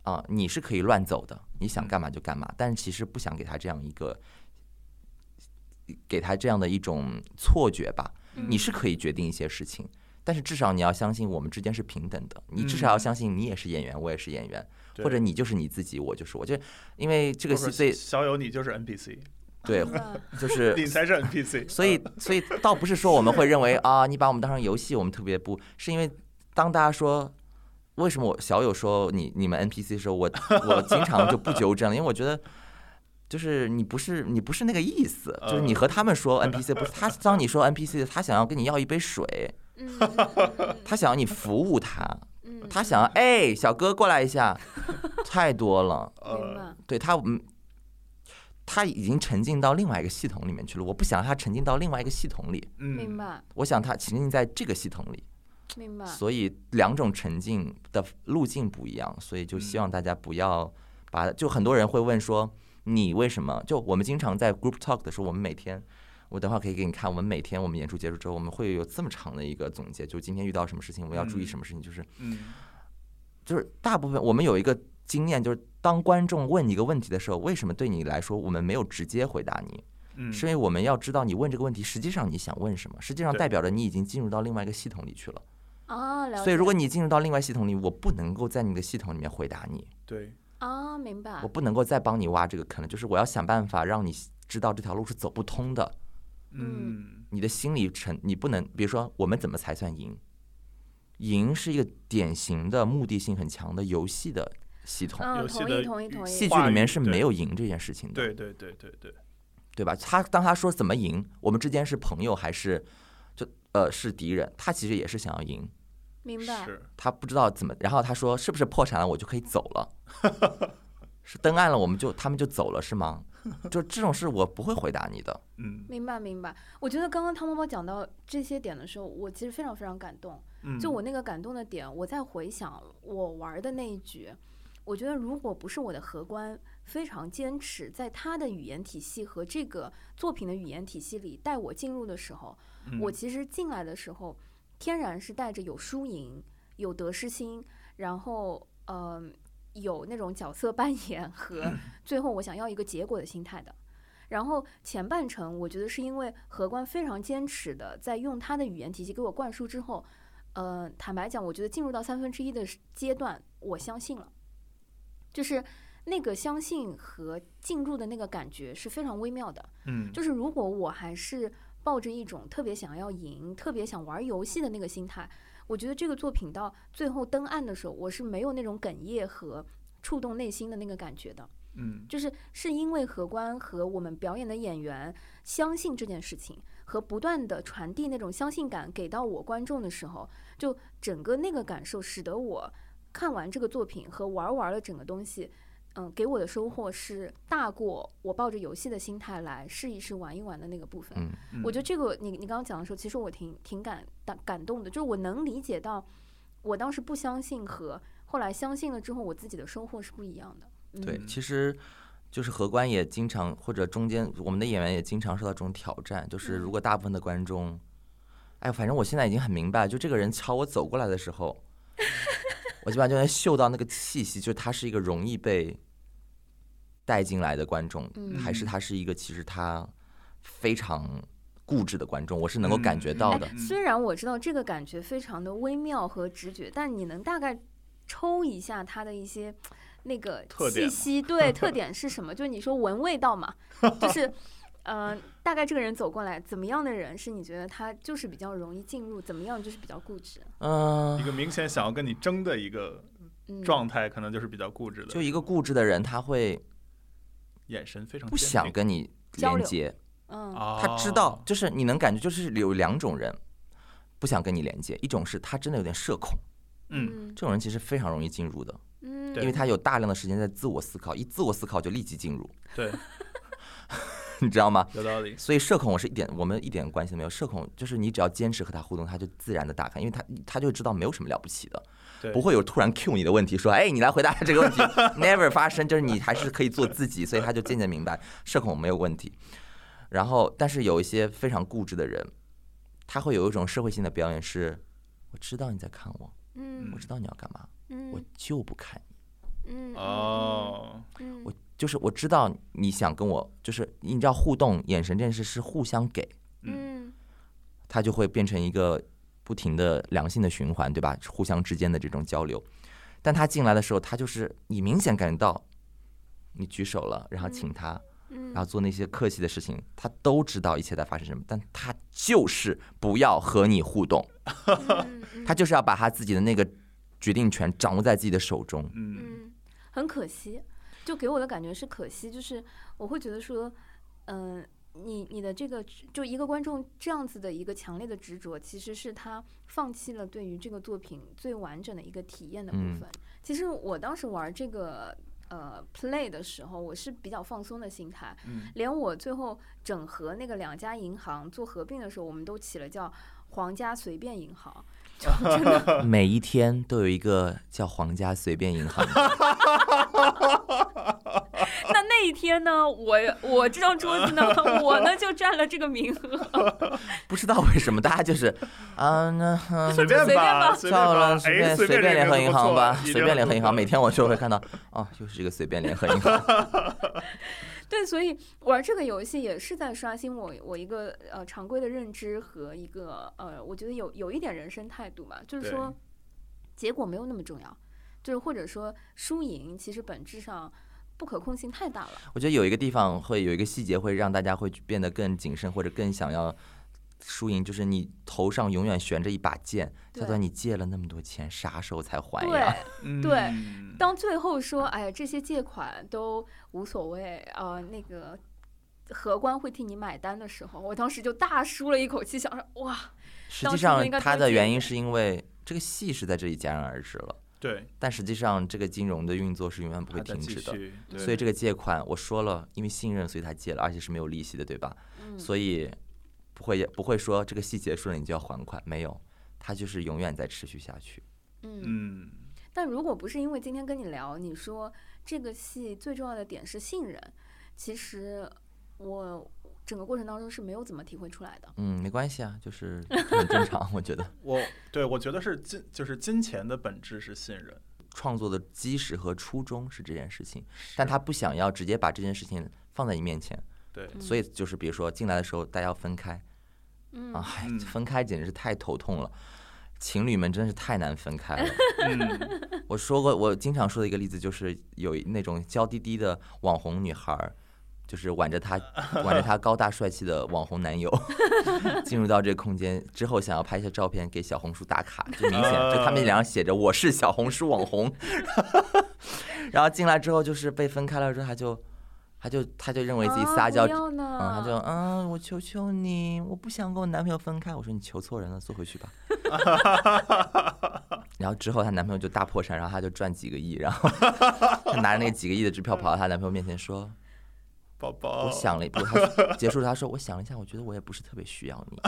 Speaker 4: 啊、你是可以乱走的，你想干嘛就干嘛，但是其实不想给他这样一个，给他这样的一种错觉吧。
Speaker 2: 嗯
Speaker 3: 嗯
Speaker 4: 你是可以决定一些事情，但是至少你要相信我们之间是平等的，你至少要
Speaker 3: 嗯
Speaker 4: 相信你也是演员，我也是演员，
Speaker 3: 对
Speaker 4: 或者你就是你自己，我就是我，就是因为这个
Speaker 3: 或
Speaker 4: 戏
Speaker 3: 者
Speaker 4: 最
Speaker 3: 小友你就是 NPC，
Speaker 2: 嗯
Speaker 3: (laughs)
Speaker 4: 对，就是
Speaker 3: 你才是 NPC，
Speaker 4: (laughs) 所以，所以倒不是说我们会认为啊，你把我们当成游戏，我们特别不，是因为当大家说为什么我小友说你你们 NPC 的时候，我我经常就不纠正了，因为我觉得。就是你不是你不是那个意思，就是你和他们说 NPC 不是他，当你说 NPC，他想要跟你要一杯水，
Speaker 2: 嗯
Speaker 4: (laughs) 他想要你服务他，
Speaker 2: 嗯，
Speaker 4: 他想要哎小哥过来一下，太多了。
Speaker 2: 明
Speaker 3: 呃，
Speaker 2: 白，
Speaker 4: 对他，嗯，他已经沉浸到另外一个系统里面去了。我不想让他沉浸到另外一个系统里，
Speaker 3: 嗯
Speaker 2: 明，白
Speaker 4: 我想他沉浸在这个系统里。
Speaker 2: 明白，
Speaker 4: 所以两种沉浸的路径不一样，所以就希望
Speaker 3: 嗯
Speaker 4: 大家不要把。就很多人会问说，你为什么？就我们经常在 group talk 的时候，我们每天。我等会儿可以给你看，我们每天我们演出结束之后，我们会有这么长的一个总结，就今天遇到什么事情，我们要注意
Speaker 3: 嗯
Speaker 4: 什么事情，就是
Speaker 3: 嗯
Speaker 4: 就是大部分我们有一个经验，就是当观众问你一个问题的时候，为什么对你来说我们没有直接回答你？
Speaker 3: 嗯，
Speaker 4: 是因为我们要知道你问这个问题，实际上你想问什么，实际上
Speaker 3: 对
Speaker 4: 代表着你已经进入到另外一个系统里去了。
Speaker 2: 啊，了解，
Speaker 4: 所以如果你进入到另外系统里，我不能够在你的系统里面回答你，
Speaker 3: 对，
Speaker 2: 啊，明白
Speaker 4: 我，不能够再帮你挖这个坑了，就是我要想办法让你知道这条路是走不通的。
Speaker 3: 嗯
Speaker 4: 你的心理层，你不能，比如说我们怎么才算赢？赢是一个典型的目的性很强的游戏的系统。
Speaker 2: 嗯，
Speaker 3: 游戏
Speaker 2: 同
Speaker 3: 的
Speaker 2: 意同意同
Speaker 4: 戏
Speaker 2: 意，
Speaker 4: 剧里面是
Speaker 3: 话语对
Speaker 4: 没有赢这件事情的，
Speaker 3: 对对对对对，
Speaker 4: 对吧？他当他说怎么赢，我们之间是朋友还是就呃是敌人，他其实也是想要赢，
Speaker 2: 明白，
Speaker 3: 是，
Speaker 4: 他不知道怎么，然后他说是不是破产了我就可以走了，是登岸了我们就他们就走了是吗？就这种事我不会回答你的。
Speaker 3: 嗯
Speaker 2: 明白明白。我觉得刚刚汤包包讲到这些点的时候，我其实非常非常感动。
Speaker 3: 嗯，
Speaker 2: 就我那个感动的点，我在回想我玩的那一局，我觉得如果不是我的荷官非常坚持在他的语言体系和这个作品的语言体系里带我进入的时候，
Speaker 3: 嗯
Speaker 2: 我其实进来的时候天然是带着有输赢、有得失心，然后呃有那种角色扮演和 (clears throat) 最后我想要一个结果的心态的。然后前半程，我觉得是因为荷官非常坚持的在用他的语言体系给我灌输之后，呃，坦白讲，我觉得进入到三分之一的时阶段，我相信了，就是那个相信和进入的那个感觉是非常微妙的。
Speaker 3: 嗯
Speaker 2: 就是如果我还是抱着一种特别想要赢、特别想玩游戏的那个心态，我觉得这个作品到最后登岸的时候，我是没有那种哽咽和触动内心的那个感觉的。
Speaker 3: 嗯
Speaker 2: 就是是因为荷官和我们表演的演员相信这件事情，和不断的传递那种相信感给到我观众的时候，就整个那个感受，使得我看完这个作品和玩完了整个东西，嗯，给我的收获是大过我抱着游戏的心态来试一试玩一玩的那个部分。
Speaker 4: 嗯
Speaker 3: 嗯，
Speaker 2: 我觉得这个你你刚刚讲的时候，其实我挺挺感感感动的，就是我能理解到我当时不相信和后来相信了之后，我自己的收获是不一样的。嗯、
Speaker 4: 对，其实就是荷官也经常，或者中间我们的演员也经常受到这种挑战，就是如果大部分的观众，哎，反正我现在已经很明白，就这个人朝我走过来的时候，我基本上就能嗅到那个气息，就是他是一个容易被带进来的观众，还是
Speaker 3: 嗯
Speaker 4: 他是一个其实他非常固执的观众，我是能够感觉到
Speaker 2: 哎
Speaker 4: 的。
Speaker 3: 嗯
Speaker 2: 虽然我知道这个感觉非常的微妙和直觉，但你能大概抽一下它的一些那个
Speaker 3: 特点
Speaker 2: 气
Speaker 3: 吗
Speaker 2: 息，对特点是什么？就是你说闻味道
Speaker 3: (laughs)
Speaker 2: 嘛，就是。呃，大概这个人走过来，怎么样的人是你觉得他就是比较容易进入？怎么样就是比较固执？
Speaker 4: 嗯、
Speaker 3: 一个明显想要跟你争的一个
Speaker 2: 嗯，
Speaker 3: 状态，可能就是比较固执
Speaker 4: 就
Speaker 3: 的，
Speaker 4: 一个固执的人，他会
Speaker 3: 眼神非常
Speaker 4: 不
Speaker 3: 坚
Speaker 4: 想
Speaker 3: 定
Speaker 4: 跟你
Speaker 2: 交
Speaker 4: 连
Speaker 2: 流
Speaker 4: 接。
Speaker 2: 嗯
Speaker 3: 啊，
Speaker 4: 他知道，就是你能感觉，就是有两种人不想跟你连接，一种是他真的有点社恐，
Speaker 2: 嗯
Speaker 3: 嗯，
Speaker 4: 这种人其实非常容易进入的，
Speaker 2: 嗯，
Speaker 3: 对
Speaker 4: 因为他有大量的时间在自我思考，一自我思考就立即进入， (laughs)
Speaker 3: 对，
Speaker 4: 你知道吗？
Speaker 3: 有道理，
Speaker 4: 所以社恐我是一点我们一点关系都没有，社恐就是你只要坚持和他互动，他就自然的打开，因为他他就知道没有什么了不起的，
Speaker 3: 对，
Speaker 4: 不会有突然 Q 你的问题说，哎，你来回答这
Speaker 2: (laughs)
Speaker 4: 个问题，never 发生，就是你还是可以做自己，所以他就渐渐明白社恐没有问题。然后，但是有一些非常固执的人，他会有一种社会性的表演是，我知道你在看我，
Speaker 2: 嗯
Speaker 4: 我知道你要干嘛，
Speaker 2: 嗯
Speaker 4: 我就不看你，
Speaker 2: 嗯，
Speaker 3: 哦，
Speaker 2: 嗯，
Speaker 4: 我就是我知道你想跟我，就是你知道互动眼神这件事是互相给，
Speaker 3: (laughs)
Speaker 2: 嗯
Speaker 4: 它就会变成一个不停的良性的循环，对吧？互相之间的这种交流。但他进来的时候，他就是你明显感觉到，你举手了，然后请他，
Speaker 2: 嗯，
Speaker 4: 然后做那些客气的事情，他都知道一切在发生什么，但他就是不要和你互动，
Speaker 2: 嗯嗯
Speaker 4: 他就是要把他自己的那个决定权掌握在自己的手中。
Speaker 3: 嗯
Speaker 2: 嗯，很可惜，就给我的感觉是可惜，就是我会觉得说，嗯、你你的这个就一个观众这样子的一个强烈的执着，其实是他放弃了对于这个作品最完整的一个体验的部
Speaker 4: 嗯
Speaker 2: 分。其实我当时玩这个呃 play 的时候，我是比较放松的心态，
Speaker 3: 嗯
Speaker 2: 连我最后整合那个两家银行做合并的时候，我们都起了叫皇家随便银行，就真的
Speaker 4: (laughs) 每一天都有一个叫皇家随便银行的，
Speaker 2: (laughs) 那那一天呢，我我这张桌子呢， (laughs) 我呢就占了这个名额。 (laughs)
Speaker 4: 不知道为什么大家就是，啊，那、嗯
Speaker 3: 随便
Speaker 2: 随便
Speaker 3: 吧，
Speaker 2: 吧
Speaker 3: 随便
Speaker 4: 照
Speaker 3: 吧，
Speaker 4: 了，
Speaker 3: 哎，
Speaker 4: 随便
Speaker 3: 随
Speaker 4: 便联合银行吧，随便联合银行，每
Speaker 3: 每
Speaker 4: 天我就会看到，哦，又是一个随便联合银行， (laughs)
Speaker 2: 对，所以玩这个游戏也是在刷新我我一个呃常规的认知和一个呃，我觉得有有一点人生态度吧，就是说结果没有那么重要，就是或者说输赢其实本质上不可控性太大了。
Speaker 4: 我觉得有一个地方会有一个细节会让大家会变得更谨慎，或者更想要输赢，就是你头上永远悬着一把剑，
Speaker 2: 对
Speaker 4: 叫做你借了那么多钱，啥时候才还呀？
Speaker 2: 对，
Speaker 3: 嗯
Speaker 2: 对当最后说哎呀这些借款都无所谓，呃那个。荷官会替你买单的时候，我当时就大舒了一口气，想说哇，
Speaker 4: 实
Speaker 2: 当
Speaker 4: 际
Speaker 2: 时就
Speaker 4: 上
Speaker 2: 应该
Speaker 4: 它
Speaker 2: 多
Speaker 4: 的
Speaker 2: 借
Speaker 4: 原
Speaker 2: 一
Speaker 4: 因
Speaker 2: 点
Speaker 4: 是因为这个戏是在这里戛然而止了，
Speaker 3: 对，
Speaker 4: 但实际上这个金融的运作是永远不会
Speaker 3: 还在
Speaker 4: 停
Speaker 3: 继
Speaker 4: 止的。
Speaker 3: 续，对
Speaker 4: 所以这个借款我说了，因为信任，所以他借了，而且是没有利息的，对吧？
Speaker 2: 嗯
Speaker 4: 所以不会不会说这个戏结束了你就要还款，没有，它就是永远在持续下去。
Speaker 2: 嗯，
Speaker 3: 嗯，
Speaker 2: 但如果不是因为今天跟你聊，你说这个戏最重要的点是信任，其实我整个过程当中是没有怎么体会出来的。
Speaker 4: 嗯，没关系啊，就是很正常，我觉得。
Speaker 3: 我对我觉得是金，就是金钱的本质是信任，
Speaker 4: 创作的基石和初衷是这件事情，但他不想要直接把这件事情放在你面前，
Speaker 3: 对，
Speaker 4: 所以就是比如说进来的时候大家要分开，
Speaker 2: 嗯
Speaker 4: 啊，嗨
Speaker 3: 嗯
Speaker 4: 分开简直是太头痛了，情侣们真是太难分开了。
Speaker 3: 嗯，
Speaker 4: 我说过，我经常说的一个例子就是有那种娇滴滴的网红女孩儿，就是挽着她挽着她高大帅气的网红男友 (laughs) 进入到这个空间之后，想要拍一些照片给小红书打卡，就明显就他们脸上写着我是小红书网红， (laughs) 然后进来之后就是被分开了之后，她就她就她就认为自己撒娇
Speaker 2: 啊、不。要呢，
Speaker 4: 嗯，她就嗯，我求求你，我不想跟我男朋友分开。我说你求错人了，坐回去吧。 (laughs) 然后之后她男朋友就大破产，然后她就赚几个亿，然后她拿着那几个亿的支票跑到她男朋友面前说
Speaker 3: 宝：“宝，
Speaker 4: 我想了一步。”她结束，她说：“我想了一下，我觉得我也不是特别需要你。”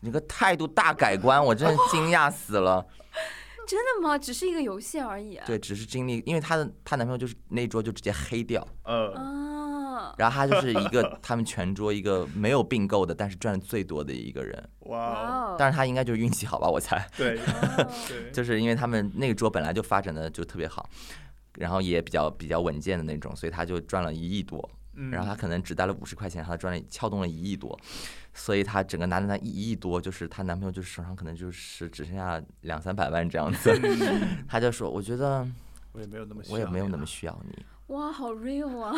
Speaker 4: 你个态度大改观，我真的惊讶死了。
Speaker 2: 真的吗？只是一个游戏而已。
Speaker 4: 对，只是经历，因为她的她男朋友就是那一桌就直接黑掉，
Speaker 2: 嗯
Speaker 3: 呃，
Speaker 2: 啊，
Speaker 4: 然后她就是一个他们全桌一个没有并购的，但是赚的最多的一个人。
Speaker 3: 哇哦，
Speaker 2: 哇哦，
Speaker 4: 但是她应该就是运气好吧，我猜。 (laughs)
Speaker 3: 对 (laughs)
Speaker 2: 哦
Speaker 3: 对，
Speaker 4: 就是因为他们那个桌本来就发展的就特别好，然后也比较比较稳健的那种，所以他就赚了一亿多。
Speaker 3: 嗯
Speaker 4: 然后他可能只带了五十块钱，他赚了撬动了一亿多，所以他整个拿着那一亿多，就是她男朋友就是手上可能就是只剩下两三百万这样子， (laughs) 他就说：“我觉得
Speaker 3: 我也没有那么，
Speaker 4: 我也没有那么，需要你。
Speaker 2: 哇，好 real
Speaker 4: (laughs)
Speaker 2: 啊！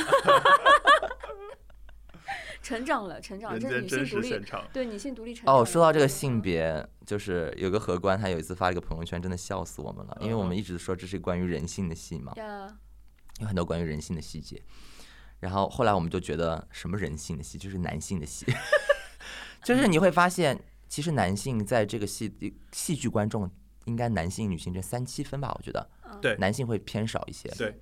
Speaker 2: 成长了，成长，
Speaker 3: 人
Speaker 2: 这是女性
Speaker 3: 间真
Speaker 2: 独
Speaker 3: 实
Speaker 2: 立
Speaker 3: 现，场，
Speaker 2: 对女性独立成”长。
Speaker 4: 哦，说到这个性，别，就是有个荷官，他有一次发了一个朋友圈，真的笑死我们了，因为我们一直说这是关于人性的戏嘛，
Speaker 2: 呀，
Speaker 4: 有很多关于人性的细节。然后后来我们就觉得，什么人性的戏，就是男性的戏， (laughs) 就是你会发现，其实男性在这个戏戏剧观众应该男性、女性这三七分吧，我觉得
Speaker 2: 啊
Speaker 3: 对
Speaker 4: 男性会偏少一些。
Speaker 3: 对，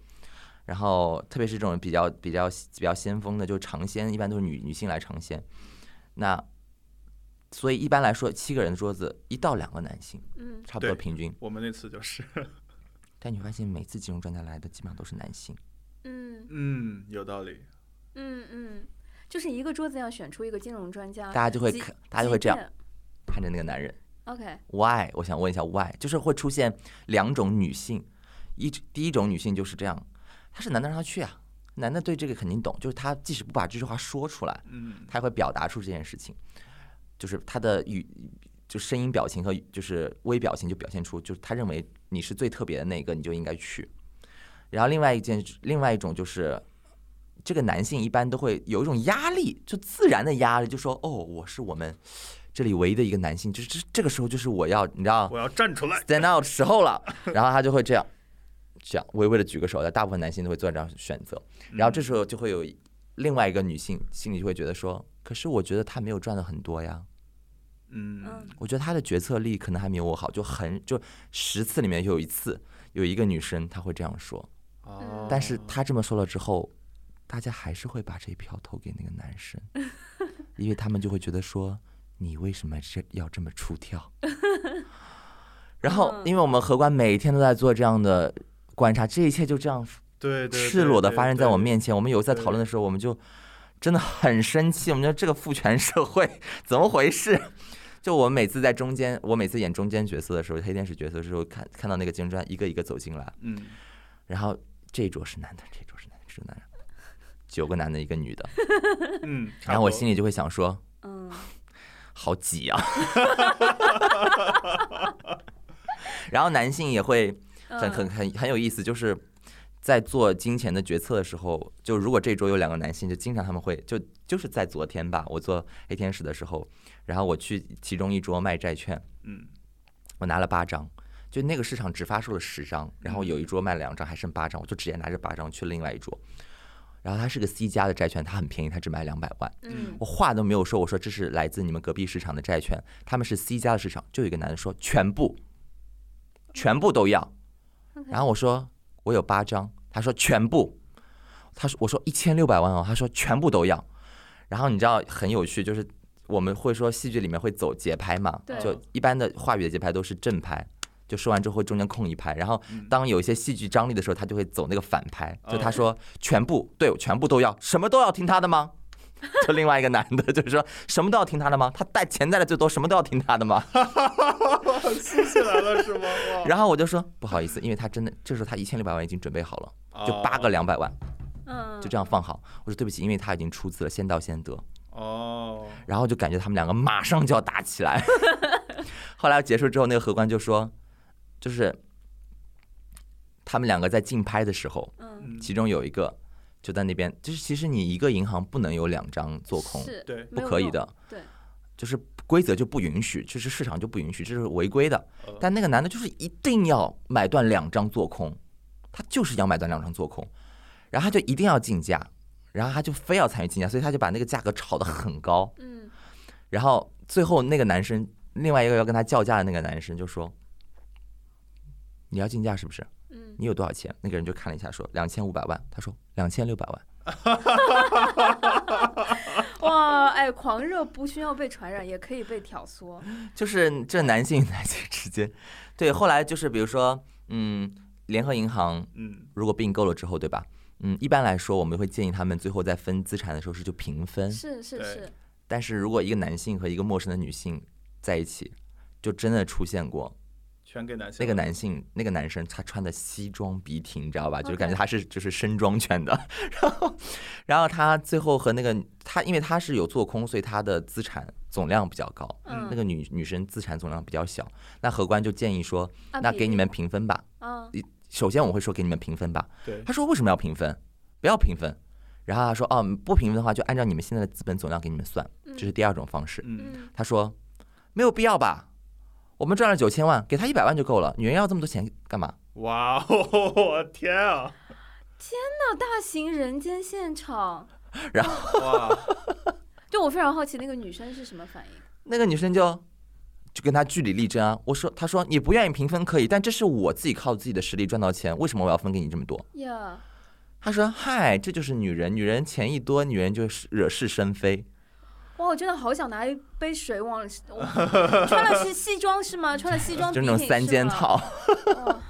Speaker 4: 然后特别是这种比较比较比较先锋的，就尝鲜，一般都是女女性来尝鲜。那所以一般来说，七个人的桌子一到两个男性，
Speaker 2: 嗯，
Speaker 4: 差不多
Speaker 3: 对
Speaker 4: 平均。
Speaker 3: 我们那次就是， (laughs)
Speaker 4: 但你会发现每次金融专家来的基本上都是男性。
Speaker 2: 嗯
Speaker 3: 嗯，有道理，
Speaker 2: 嗯嗯，就是一个桌子要选出一个金融专家，
Speaker 4: 大家就会
Speaker 2: 即
Speaker 4: 看大家就会
Speaker 2: 即
Speaker 4: 这样
Speaker 2: 便
Speaker 4: 看着那个男人。
Speaker 2: OK，
Speaker 4: why？我想问一下 why，就是会出现两种女性，一第一种女性就是这样，她是男的让她去啊，男的对这个肯定懂，就是他即使不把这句话说出来，
Speaker 3: 嗯，
Speaker 4: 他也会表达出这件事情，就是他的语就声音、表情和就是微表情就表现出，就是他认为你是最特别的那个，你就应该去。然后另外一件，另外一种就是。这个男性一般都会有一种压力，就自然的压力，就说：“哦，我是我们这里唯一的一个男性，就是这这个时候就是我要，你知道，
Speaker 3: 我要站出来，
Speaker 4: stand out 时候了，然后他就会这样，这样微微的举个手，但大部分男性都会做这样选择，然
Speaker 3: 嗯
Speaker 4: 后这时候就会有另外一个女性心里就会觉得说，可是我觉得他没有赚的很多呀，
Speaker 3: 嗯
Speaker 2: 嗯，
Speaker 4: 我觉得他的决策力可能还没有我好，就很就十次里面有一次有一个女生她会这样说，
Speaker 3: 哦
Speaker 4: 但是她这么说了之后，大家还是会把这一票投给那个男生，因为他们就会觉得说你为什么这要这么出挑？然后，因为我们荷官每天都在做这样的观察，这一切就这样
Speaker 3: 对对，
Speaker 4: 赤裸的发生在我
Speaker 3: 面。
Speaker 4: 面前。我们有一次在
Speaker 3: 对
Speaker 4: 讨论的时候，我们就真的很生气，我们觉得这个父权社会怎么回事？ (laughs) 就我每次在中间，我每次演中间角色的时候，黑天使角色的时候，看看到那个金砖一个一个走进来，
Speaker 3: 嗯，
Speaker 4: 然后这一桌是男的，这一桌是男的，这桌男的，九个男的，一个
Speaker 3: (laughs)
Speaker 4: 女的，
Speaker 3: 嗯，
Speaker 4: 然后我心
Speaker 3: 里
Speaker 4: 里就会想说，
Speaker 2: 嗯，
Speaker 4: 好挤
Speaker 3: (laughs)
Speaker 4: 啊。 (laughs) 然后男性也会
Speaker 2: 嗯
Speaker 4: 很很很很有意思，就是在做金钱的决策的时候，就如果这周有两个男性，就经常他们会就就是在昨天吧，我做黑天使的时候，然后我去其中一桌卖债券，
Speaker 3: 嗯
Speaker 4: 我拿了八张，就那个市场只发售了十张，然后有一桌卖了两张，还剩八张，我就直接拿着八张去另外一桌。然后它是个 C 加的债券，它很便宜，它只卖两百万。
Speaker 2: 嗯
Speaker 4: 我话都没有说，我说这是来自你们隔壁市场的债券，他们是 C 加的市场。就有一个男的说全部，全部都要。
Speaker 2: OK
Speaker 4: 然后我说我有八张，他说全部，他说我说一千六百万哦，他说全部都要。然后你知道很有趣，就是我们会说戏剧里面会走节拍嘛
Speaker 2: 对，
Speaker 4: 就一般的话语的节拍都是正拍。就说完之后会中间空一拍，然后
Speaker 3: 嗯
Speaker 4: 当有一些戏剧张力的时候，他就会走那个反拍。就他说全部对，我全部都要，什么都要听他的吗？ (laughs) 就另外一个男的就是说什么都要听他的吗？他带钱带的最多，什么都要听他的吗？
Speaker 3: 撕起来了是吗？哇
Speaker 4: 然后我就说不好意思，因为他真的这时候他一千六百万已经准备好了，就
Speaker 3: 哦
Speaker 4: 八个两百万
Speaker 2: 嗯，
Speaker 4: 就这样放好。我说对不起，因为他已经出资了，先到先得。
Speaker 3: 哦，
Speaker 4: 然后就感觉他们两个马上就要打起来。 (laughs) 后来结束之后，那个荷官就说，就是他们两个在竞拍的时候，
Speaker 2: 嗯，
Speaker 3: 嗯，
Speaker 4: 其中有一个就在那边，就是其实你一个银行不能有两张做空，
Speaker 2: 是
Speaker 3: 对
Speaker 4: 不可以，的，
Speaker 2: 对，
Speaker 4: 就是规则就不允许，就是市场就不允许，这是违规的
Speaker 3: 呃。
Speaker 4: 但那个男的就是一定要买断两张做空，他就是要买断两张做空，然后他就一定要竞价，然后他就非要参与竞价，所以他就把那个价格炒得很高。
Speaker 2: 没有用嗯，
Speaker 4: 然后最后那个男生，另外一个要跟他叫价的那个男生就说：“你要竞价是不是？ (laughs)
Speaker 2: 嗯，
Speaker 4: 你有多少钱？”那个人就看了一下，说：“两千五百万。”他说：“两千六百万。
Speaker 2: 哇，哎，狂热不需要被传染，也可以被挑唆。”
Speaker 4: 嗯就是这男性与 (laughs) 男性之间，对。后来就是比如说，嗯，联合银行
Speaker 3: 嗯，
Speaker 4: 如果并购了之后，对吧？嗯，一般来说，我们会建议他们最后在分资产的时候是就平分。
Speaker 2: 是是
Speaker 3: 对
Speaker 2: 是，
Speaker 4: 但是如果一个男性和一个陌生的女性在一起，就真的出现过
Speaker 3: 全给男性
Speaker 4: 那个
Speaker 3: 了
Speaker 4: 男性，那个男生，他穿的西装笔挺，你知道吧？就是感
Speaker 2: OK
Speaker 4: 觉他是就是身装圈的。 (laughs) 然后，然后他最后和那个他，因为他是有做空，所以他的资产总量比较高。
Speaker 2: 嗯，
Speaker 4: 那个女女生资产总量比较小，那荷官就建议说，
Speaker 2: 按
Speaker 4: 那
Speaker 2: 比
Speaker 4: 啊给你
Speaker 2: 例
Speaker 4: 们平分吧。
Speaker 2: 嗯
Speaker 4: 首先我会说给你们平分吧。
Speaker 3: 对
Speaker 4: 他说为什么要平分？不要平分。然后他说哦，不平分的话就按照你们现在的资本总量给你们算，这是第二种方式。
Speaker 3: 嗯
Speaker 2: 嗯
Speaker 4: 他说没有必要吧，我们赚了九千万，给他一百万就够了，女人要这么多钱干嘛？
Speaker 3: 哇哦，我天啊，
Speaker 2: 那大型人间现场，
Speaker 3: 哇，
Speaker 2: 就我非常好奇那个女生是什么反应。
Speaker 4: 那个女生就就跟他据理力争啊。我说，她说你不愿意平分可以，但这是我自己靠自己的实力赚到钱，为什么我要分给你这么多？
Speaker 2: 呀、
Speaker 4: 她说，嗨，这就是女人，女人钱一多，女人就是惹是生非。
Speaker 2: 哇，我真的好想拿一杯水往，我穿了是西装是吗？穿了西装
Speaker 4: 就
Speaker 2: 笔
Speaker 4: 那种
Speaker 2: 挺
Speaker 4: 三
Speaker 2: 是
Speaker 4: 件
Speaker 2: 吗，
Speaker 4: 套，
Speaker 2: 哇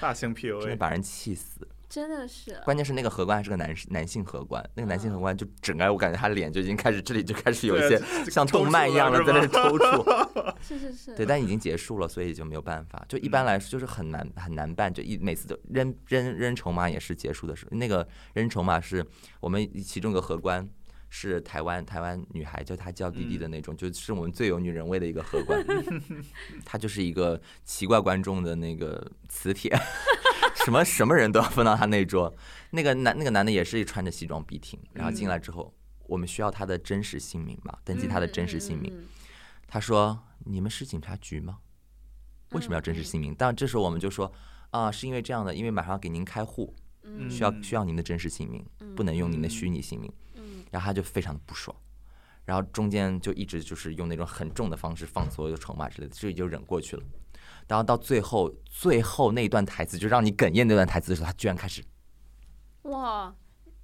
Speaker 3: 大型
Speaker 4: (laughs) 真的
Speaker 3: PUA，
Speaker 4: 把人气死。
Speaker 2: 真的是。
Speaker 4: 关键是那个荷官还是个男男性荷官，那个男性荷官就整个我感觉他脸就已经开始这里就开始有一些
Speaker 3: 对
Speaker 4: 像动漫一样的
Speaker 3: 抽搐
Speaker 4: 在那
Speaker 3: 了
Speaker 4: 抽搐。
Speaker 2: 是是是，
Speaker 4: 对，但已经结束了，所以就没有办法。就一般来说就是很难很难办，就一每次都扔扔扔筹码也是结束的时候，那个扔筹码是我们其中一个荷官。是台湾台湾女孩，就她叫弟弟的那种，就是我们最有女人味的一个荷官，她就是一个奇怪观众的那个磁铁， (laughs) 什么什么人都要分到她那桌。那个男那个男的也是穿着西装笔挺，然后进来之后，我们需要他的真实姓名嘛，登记他的真实姓名。
Speaker 2: 嗯，嗯嗯
Speaker 4: 他说：“你们是警察局吗？为什么要真实姓名？”但这时候我们就说：“啊，是因为这样的，因为马上要给您开户，
Speaker 2: 嗯
Speaker 4: 需要
Speaker 3: 嗯
Speaker 4: 需要您的真实姓名，不能用您的虚拟姓名。
Speaker 2: 嗯”
Speaker 4: 然后他就非常的不爽，然后中间就一直就是用那种很重的方式放所有的筹码之类的，这也就忍过去了。然后到最后，最后那一段台词就让你哽咽那段台词的时候，他居然开始。
Speaker 2: 嗯哇，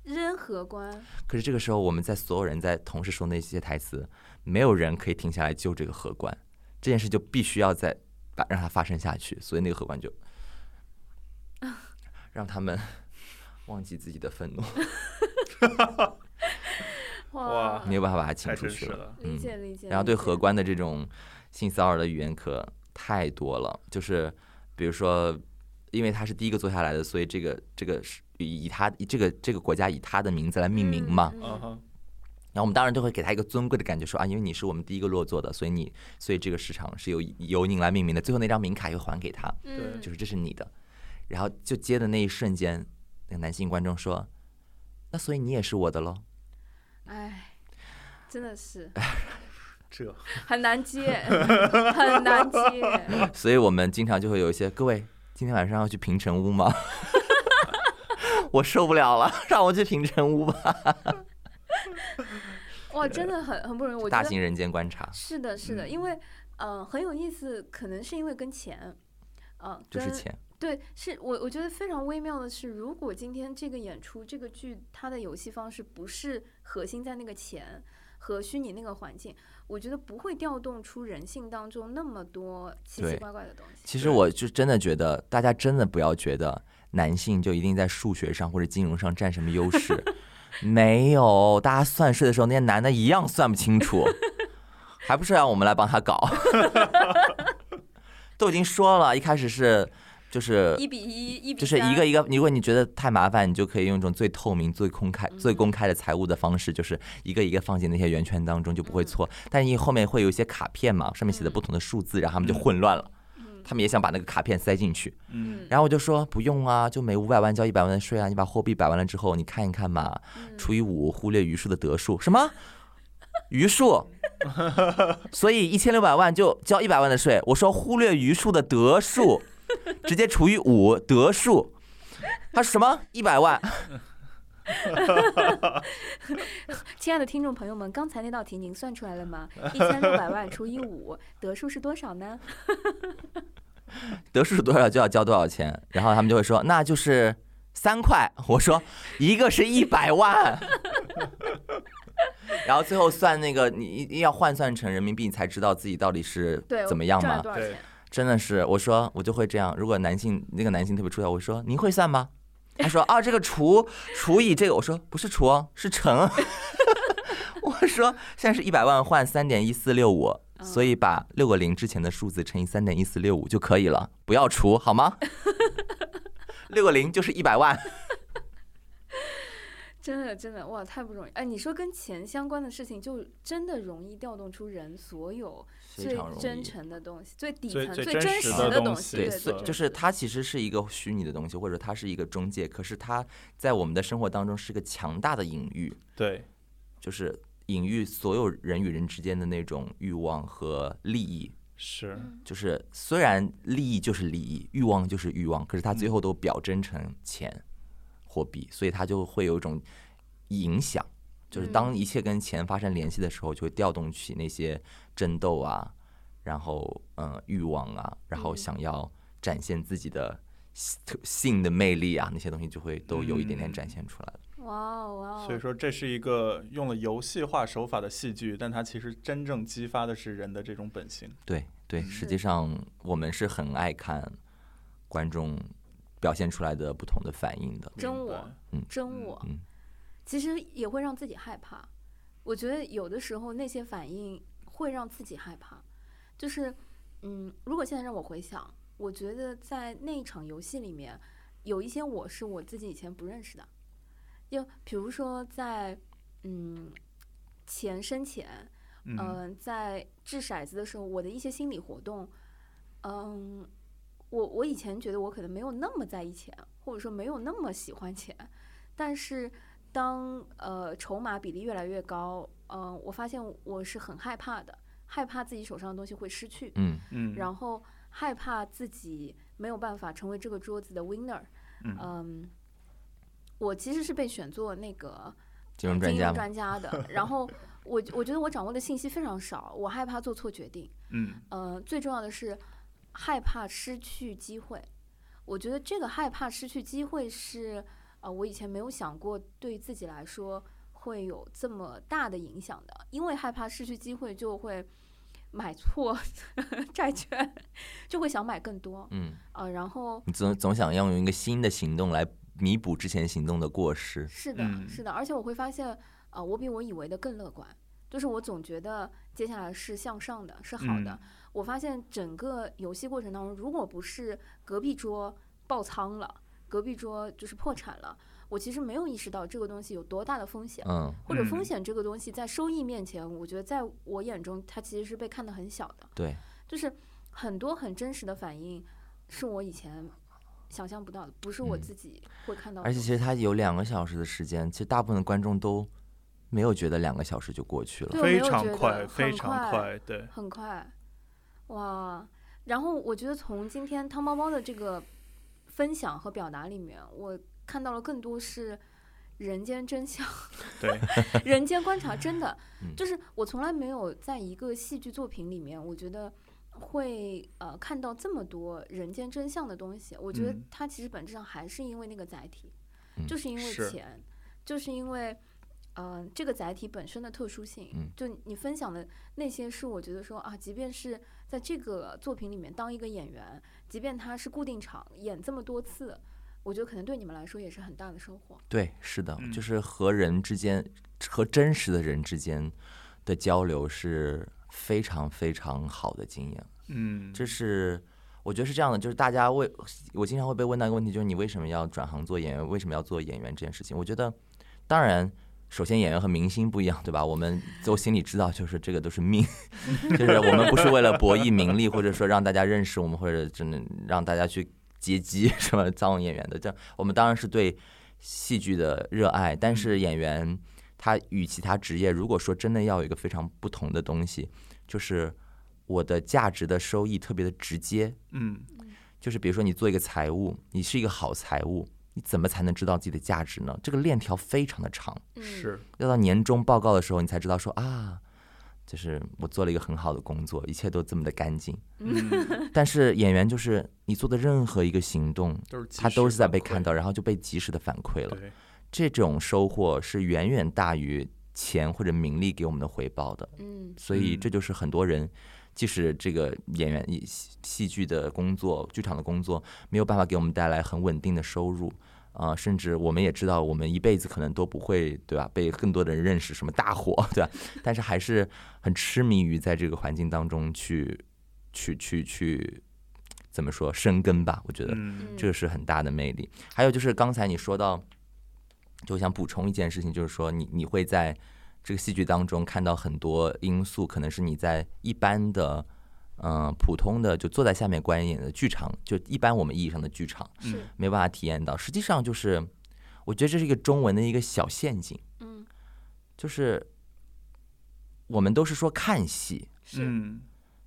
Speaker 2: 任何关，
Speaker 4: 可是这个时候，我们在所有人在同时说那些台词，没有人可以停下来救这个荷官，这件事就必须要再把让它发生下去，所以那个荷官就让他们忘记自己的愤怒，
Speaker 2: 哇，
Speaker 4: 没有办法把他请
Speaker 3: 太
Speaker 4: 出
Speaker 3: 真
Speaker 4: 去
Speaker 3: 实
Speaker 4: 了。
Speaker 3: 了，
Speaker 2: 理解理解。
Speaker 4: 嗯然后
Speaker 2: 理
Speaker 4: 对
Speaker 2: 解
Speaker 4: 荷官的这种性骚扰的语言可太多了，就是比如说，因为他是第一个坐下来的，所以这个这个是以他以这个这个国家以他的名字来命名嘛，
Speaker 2: 嗯
Speaker 3: 嗯
Speaker 2: 嗯
Speaker 3: 哼，
Speaker 4: 然后我们当然就会给他一个尊贵的感觉说，啊，因为你是我们第一个落座的，所以你，所以这个市场是由由您来命名的。最后那张名卡又还给他，
Speaker 2: 嗯
Speaker 4: 就是这是你的。然后就接的那一瞬间，那个男性观众说，那所以你也是我的喽。
Speaker 2: 哎，真的
Speaker 4: (laughs)
Speaker 2: 是
Speaker 3: 这
Speaker 2: 很难接，很难接。
Speaker 4: 所以我们经常就会有一些各位今天晚上要去平城屋
Speaker 2: (laughs)
Speaker 4: 吗？我受不了了，让我去平城屋吧。
Speaker 2: 哇，真的很很不容易。我觉
Speaker 4: 大
Speaker 2: 得
Speaker 4: 型嗯人间观察，
Speaker 2: 是的，是的，因为呃很有意思，可能是因为跟钱，呃，
Speaker 4: 就是
Speaker 2: 跟
Speaker 4: 钱。
Speaker 2: 对，是我我觉得非常微妙的是，如果今天这个演出这个剧它的游戏方式不是核心在那个钱和虚拟那个环境，我觉得不会调动出人性当中那么多奇奇
Speaker 4: 对
Speaker 2: 怪怪的东西。
Speaker 4: 其实我就真的觉得，大家真的不要觉得男性就一定在数学上或者金融上占什么优势，没有，大家算税的时候，那些男的一样算不清楚，还不是让我们来帮他搞？都已经说了，一开始是就是
Speaker 2: 一比一，一比
Speaker 4: 就是一个
Speaker 2: 一
Speaker 4: 一个，如果你觉得太麻烦，你就可以用一种最透明、最公
Speaker 2: 嗯
Speaker 4: 开、最公开的财务的方式，就是一个一个放进那些圆圈当中，就不会错。
Speaker 2: 嗯
Speaker 4: 但你后面会有一些卡片嘛，上面写的不同的数字，然后他们就混乱了。
Speaker 2: 嗯
Speaker 4: 他们也想把那个卡片塞进去，
Speaker 3: 嗯
Speaker 4: 然后我就说不用啊，就每五百万交一百万的税啊，你把货币摆完了之后，你看一看嘛，
Speaker 2: 嗯
Speaker 4: 除以五，忽略余数的得数，什么余数？所以一千六百万就交一百万的税，我说忽略余数的得数，直接除以五得数。他说什么一百万？
Speaker 2: 亲爱的听众朋友们，刚才那道题您算出来了吗？一千六百万除以五，得数是多少呢？
Speaker 4: 得数多少就要交多少钱，然后他们就会说那就是三块。 (laughs) 我说一个是一百万， (laughs) 然后最后算那个你一定要换算成人民币，你才知道自己到底是
Speaker 2: 对，
Speaker 4: 怎么样
Speaker 2: 赚了
Speaker 4: 嘛。
Speaker 2: 多少
Speaker 3: 对
Speaker 2: 钱？
Speaker 4: 真的是，我说我就会这样。如果男性那个男性特别出挑，我说您会算吗？他说啊，这个除除以这个，我说不是除哦，是乘。 (laughs) 我说现在是一百万换三点一四六五，
Speaker 2: 嗯
Speaker 4: 所以把六个零之前的数字乘以三点一四六五就可以了，不要除好吗？六个零就是一百万，
Speaker 2: 真的真的哇，太不容易！哎，你说跟钱相关的事情，就真的容易调动出人所有
Speaker 4: (laughs) 非
Speaker 2: 最
Speaker 4: 常容易
Speaker 2: 真诚的东西，最底
Speaker 3: 最
Speaker 2: 层、
Speaker 3: 最真
Speaker 2: 真
Speaker 3: 实
Speaker 4: 的
Speaker 2: 的
Speaker 3: 东
Speaker 2: 西。
Speaker 3: 西
Speaker 2: 对
Speaker 4: 对，
Speaker 3: 对
Speaker 4: 所以
Speaker 3: 对
Speaker 4: 就是它其实是一个虚拟的东西，或者它是一个中介，可是它在我们的生活当中是个强大的隐喻。
Speaker 3: 对，
Speaker 4: 就是隐喻所有人与人之间的那种欲望和利益。
Speaker 3: 是，
Speaker 4: 就是虽然利益就是利益，欲望就是欲望，可是它最后都表征成钱、货币，所以它就会有一种影响。就是当一切跟钱发生联系的时候，就会调动起那些争斗啊，然后嗯、呃欲望啊，然后想要展现自己的性性的魅力啊，那些东西就会都有一点点展现出来了。
Speaker 2: 哇哦哇哦！
Speaker 3: 所以说这是一个用了游戏化手法的戏剧，但它其实真正激发的是人的这种本性。
Speaker 4: 对对，实际上我们是很爱看观众表现出来的不同的反应的。
Speaker 2: 真
Speaker 3: 明白
Speaker 2: 我真我，
Speaker 4: 嗯
Speaker 2: 其实也会让自己害怕。我觉得有的时候那些反应会让自己害怕，就是嗯，如果现在让我回想，我觉得在那一场游戏里面，有一些我是我自己以前不认识的，就比如说在嗯钱生前，
Speaker 3: 嗯、
Speaker 2: 嗯、在掷骰子的时候，我的一些心理活动，嗯，我我以前觉得我可能没有那么在意钱，或者说没有那么喜欢钱，但是当呃筹码比例越来越高，嗯、我发现我是很害怕的，害怕自己手上的东西会失去，
Speaker 4: 嗯，
Speaker 3: 嗯，
Speaker 2: 然后害怕自己没有办法成为这个桌子的 winner，
Speaker 3: 嗯
Speaker 2: 嗯，我其实是被选做那个。
Speaker 4: 金融专
Speaker 2: 啊金
Speaker 4: 家
Speaker 2: 融
Speaker 4: 嘛，
Speaker 2: 专家的。然后我我觉得我掌握的信息非常少，我害怕做错决定。
Speaker 3: 嗯
Speaker 2: 呃，最重要的是害怕失去机会。我觉得这个害怕失去机会是呃，我以前没有想过对自己来说会有这么大的影响的，因为害怕失去机会就会买错 (laughs) 债券，就会想买更多。
Speaker 4: 嗯，
Speaker 2: 呃，然后
Speaker 4: 你总总想要用一个新的行动来弥补之前行动的过失。
Speaker 2: 是的，
Speaker 3: 嗯
Speaker 2: 是的，而且我会发现，呃，我比我以为的更乐观，就是我总觉得接下来是向上的，是好的。
Speaker 3: 嗯
Speaker 2: 我发现整个游戏过程当中，如果不是隔壁桌爆仓了，隔壁桌就是破产了，我其实没有意识到这个东西有多大的风险，
Speaker 4: 嗯，
Speaker 2: 或者风
Speaker 3: 嗯
Speaker 2: 险这个东西在收益面前，我觉得在我眼中它其实是被看得很小的，
Speaker 4: 对，
Speaker 2: 就是很多很真实的反应，是我以前。想象不到的，不是我
Speaker 4: 嗯
Speaker 2: 自己会看到的
Speaker 4: 而
Speaker 2: 东
Speaker 4: 且
Speaker 2: 西。
Speaker 4: 其实它有两个小时的时间，其实大部分的观众都没有觉得两个小时就过去了。
Speaker 2: 对我没
Speaker 3: 非
Speaker 2: 有觉
Speaker 3: 常
Speaker 2: 得
Speaker 3: 快，非
Speaker 2: 很
Speaker 3: 常
Speaker 2: 快
Speaker 3: 快，对，
Speaker 2: 很快，哇！然后我觉得从今天汤包包的这个分享和表达里面，我看到了更多是人间真相、
Speaker 3: 对，
Speaker 2: (laughs) 人间观察，真的
Speaker 4: 嗯
Speaker 2: 就是我从来没有在一个戏剧作品里面，我觉得会呃看到这么多人间真相的东西，我觉得
Speaker 3: 嗯
Speaker 2: 它其实本质上还是因为那个载体，
Speaker 4: 嗯
Speaker 2: 就是因为
Speaker 3: 是
Speaker 2: 钱，就是因为。呃，这个载体本身的特殊性，
Speaker 4: 嗯
Speaker 2: 就你分享的那些是我觉得说啊，即便是在这个作品里面当一个演员，即便他是固定场演这么多次，我觉得可能对你们来说也是很大的收获。
Speaker 4: 对，是的，
Speaker 3: 嗯
Speaker 4: 就是和人之间和真实的人之间的交流是非常非常好的经验。
Speaker 3: 嗯，
Speaker 4: 这是我觉得是这样的，就是大家为我经常会被问到一个问题，就是你为什么要转行做演员？为什么要做演员这件事情？我觉得，当然，首先演员和明星不一样，对吧？我们都心里知道，就是这个都是命，就是我们不是为了博弈名利，或者说让大家认识我们，或者真的让大家去接机 (laughs) 什么当演员的。这样我们当然是对戏剧的热爱，但是演员他与其他职业，如果说真的要有一个非常不同的东西，就是我的价值的收益特别的直接。
Speaker 3: 嗯
Speaker 4: 就是比如说你做一个财务，你是一个好财务，你怎么才能知道自己的价值呢？这个链条非常的长，
Speaker 2: 嗯，
Speaker 3: 是
Speaker 4: 要到年终报告的时候，你才知道说啊。就是我做了一个很好的工作，一切都这么的干净。
Speaker 3: 嗯，
Speaker 4: (laughs) 但是演员就是你做的任何一个行动，
Speaker 3: 都是
Speaker 4: 他都是在被看
Speaker 3: 到
Speaker 4: 到，然后就被及时的反馈了。
Speaker 3: 对，
Speaker 4: 这种收获是远远大于钱或者名利给我们的回报的。
Speaker 2: 嗯
Speaker 4: 所以
Speaker 3: 嗯
Speaker 4: 这就是很多人，即使这个演员以戏戏剧的工作、剧场的工作没有办法给我们带来很稳定的收入。啊、甚至我们也知道，我们一辈子可能都不会，对吧？被更多的人认识，什么大火，对吧？但是还是很痴迷于在这个环境当中去，去，去，去，怎么说生根吧？我觉得，
Speaker 3: 嗯
Speaker 4: 这个是很大的魅力。还有就是刚才你说到，就我想补充一件事情，就是说你你会在这个戏剧当中看到很多因素，可能是你在一般的。嗯、普通的就坐在下面观演的剧场，就一般我们意义上的剧场，
Speaker 2: 嗯是
Speaker 3: 嗯
Speaker 4: 没办法体验到。实际上就是，我觉得这是一个中文的一个小陷阱，
Speaker 2: 嗯
Speaker 4: 就是我们都是说看戏，
Speaker 2: 是
Speaker 3: 嗯，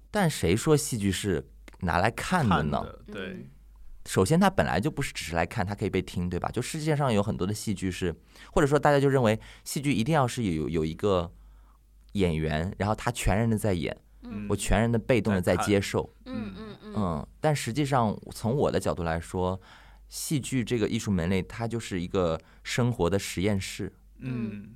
Speaker 4: 但谁说戏剧是拿来看的
Speaker 3: 看
Speaker 4: 呢？
Speaker 3: 的对，
Speaker 2: 嗯
Speaker 4: 首先，它本来就不是只是来看，它可以被听，对吧？就世界上有很多的戏剧是，或者说大家就认为戏剧一定要是有有一个演员，然后他全然的在演，
Speaker 3: 嗯
Speaker 4: 我全然的被动的
Speaker 3: 在
Speaker 4: 在
Speaker 3: 看
Speaker 4: 接受，
Speaker 2: 嗯嗯嗯
Speaker 4: 嗯。但实际上，从我的角度来说，戏剧这个艺术门类，它就是一个生活的实验室，
Speaker 3: 嗯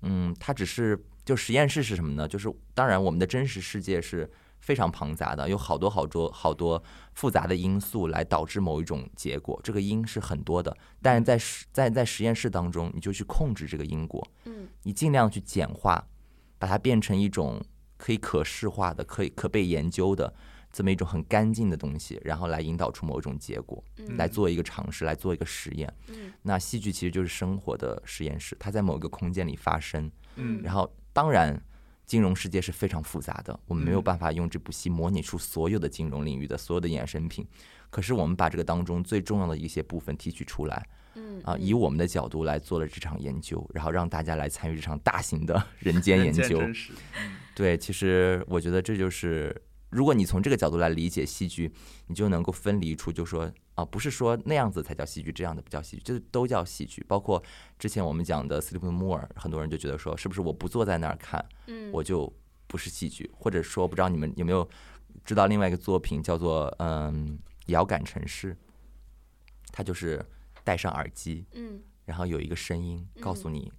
Speaker 4: 嗯，它只是就实验室是什么呢？就是当然我们的真实世界是非常庞杂的，有好多好多好多复杂的因素来导致某一种结果，这个因是很多的，但是在实在在实验室当中，你就去控制这个因果，
Speaker 2: 嗯
Speaker 4: 你尽量去简化，把它变成一种可以可视化的、可以可被研究的这么一种很干净的东西，然后来引导出某一种结果，
Speaker 2: 嗯
Speaker 4: 来做一个尝试，来做一个实验。
Speaker 2: 嗯
Speaker 4: 那戏剧其实就是生活的实验室，它在某一个空间里发生。
Speaker 3: 嗯
Speaker 4: 然后，当然，金融世界是非常复杂的，我们没有
Speaker 3: 嗯
Speaker 4: 办法用这部戏模拟出所有的金融领域的所有的衍生品。可是，我们把这个当中最重要的一些部分提取出来，
Speaker 2: 嗯
Speaker 4: 啊，以我们的角度来做了这场研究，然后让大家来参与这场大型的
Speaker 3: (laughs)
Speaker 4: 人间研
Speaker 3: 人间
Speaker 4: 究。
Speaker 3: 真实
Speaker 4: 对，其实我觉得这就是，如果你从这个角度来理解戏剧，你就能够分离出，就说啊，不是说那样子才叫戏剧，这样的不叫戏剧，就是都叫戏剧。包括之前我们讲的 Sleep More，很多人就觉得说，是不是我不坐在那儿看，
Speaker 2: 嗯
Speaker 4: 我就不是戏剧，或者说不知道你们有没有知道另外一个作品叫做嗯《遥感城市》，它就是戴上耳机，
Speaker 2: 嗯
Speaker 4: 然后有一个声音告诉你